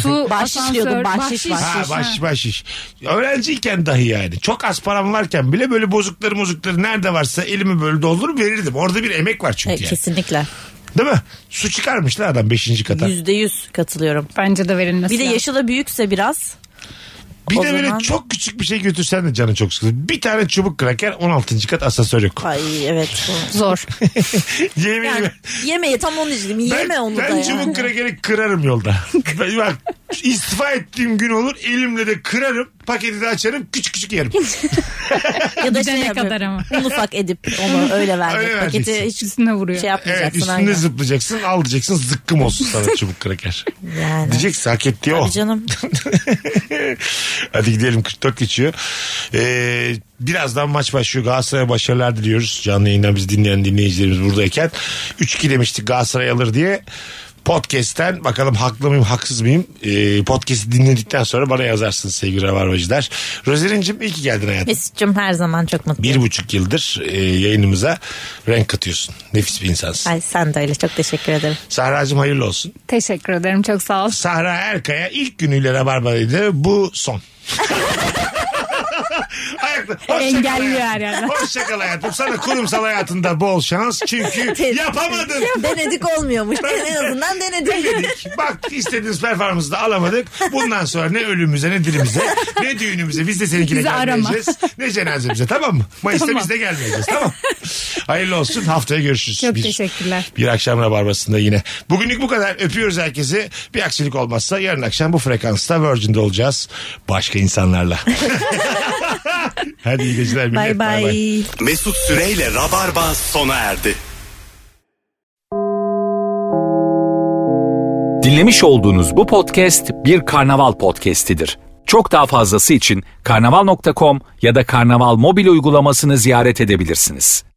Su,
Bahşiş diyordun,
asansör,
bahşiş,
bahşiş.
bahşiş.
Ha baş baş iş. Öğrenciyken dahi yani. Çok az param varken bile böyle bozukları bozukları nerede varsa elimi böyle doldurur verirdim. Orada bir emek var
E,
çünkü yani.
kesinlikle.
Değil mi? Su çıkarmış lan adam 5. kata.
Yüzde yüz katılıyorum.
Bence de verilmesi
Bir de
lazım.
yaşı da büyükse biraz.
Bir
O
de böyle
zaman-
çok küçük bir şey götürsen de canı çok sıkılır. Bir tane çubuk kraker 16. kat asansör yok.
Ay evet.
Zor.
Yemin
Yani
ederim.
yemeği tam onu dedim. Yeme onu
ben
da ya.
çubuk krakeri kırarım yolda. ben, bak istifa ettiğim gün olur elimle de kırarım paketi de açarım küçük küçük yerim.
Ya da şey
Gidene
yapıyorum.
kadar ama.
Un ufak edip onu öyle vermek.
Öyle
Paketi
vereceksin.
hiç
Üstüne vuruyor.
şey
evet
yapmayacaksın.
üstünde
aynen.
zıplayacaksın al diyeceksin zıkkım olsun sana çubuk kraker.
Yani.
Diyeceksin hak ettiği o.
Tabii canım.
Hadi gidelim 44 geçiyor. Ee, birazdan maç başlıyor. Galatasaray'a başarılar diliyoruz. Canlı yayından biz dinleyen dinleyicilerimiz buradayken. 3-2 demiştik Galatasaray alır diye. Podcast'ten bakalım haklı mıyım haksız mıyım? Ee, podcast'i dinledikten sonra bana yazarsınız sevgili Rabarbacılar. Rozerin'cim iyi ki geldin hayatım.
Mesut'cum her zaman çok
Bir
mutluyum.
buçuk yıldır e, yayınımıza renk katıyorsun. Nefis bir insansın.
Ay, sen de öyle çok teşekkür ederim.
Sahra'cığım hayırlı olsun.
Teşekkür ederim. Çok sağ ol.
Sahra Erkaya ilk günüyle Rabarba'daydı. Bu son. Ayak Ayakla. Hoşçakal
Engelliyor
hayatım.
her yerden.
Hoşçakal hayatım. Sana kurumsal hayatında bol şans. Çünkü yapamadın.
Denedik olmuyormuş. en azından denedik.
Denedik. Bak istediğiniz performansı da alamadık. Bundan sonra ne ölümüze ne dilimize ne düğünümüze biz de seninkine
Bizi arama.
gelmeyeceğiz. Ne cenazemize tamam mı? Mayıs'ta
Tamam.
biz de gelmeyeceğiz tamam Hayırlı olsun haftaya görüşürüz.
Çok teşekkürler.
Bir akşam rabarbasında yine. Bugünlük bu kadar. Öpüyoruz herkesi. Bir aksilik olmazsa yarın akşam bu frekansta Virgin'de olacağız. Başka insanlarla. Hadi iyi geceler millet.
Bay
Bay bay.
bay.
Mesut Süreyle Rabarba sona erdi.
Dinlemiş olduğunuz bu podcast bir karnaval podcastidir. Çok daha fazlası için karnaval.com ya da karnaval mobil uygulamasını ziyaret edebilirsiniz.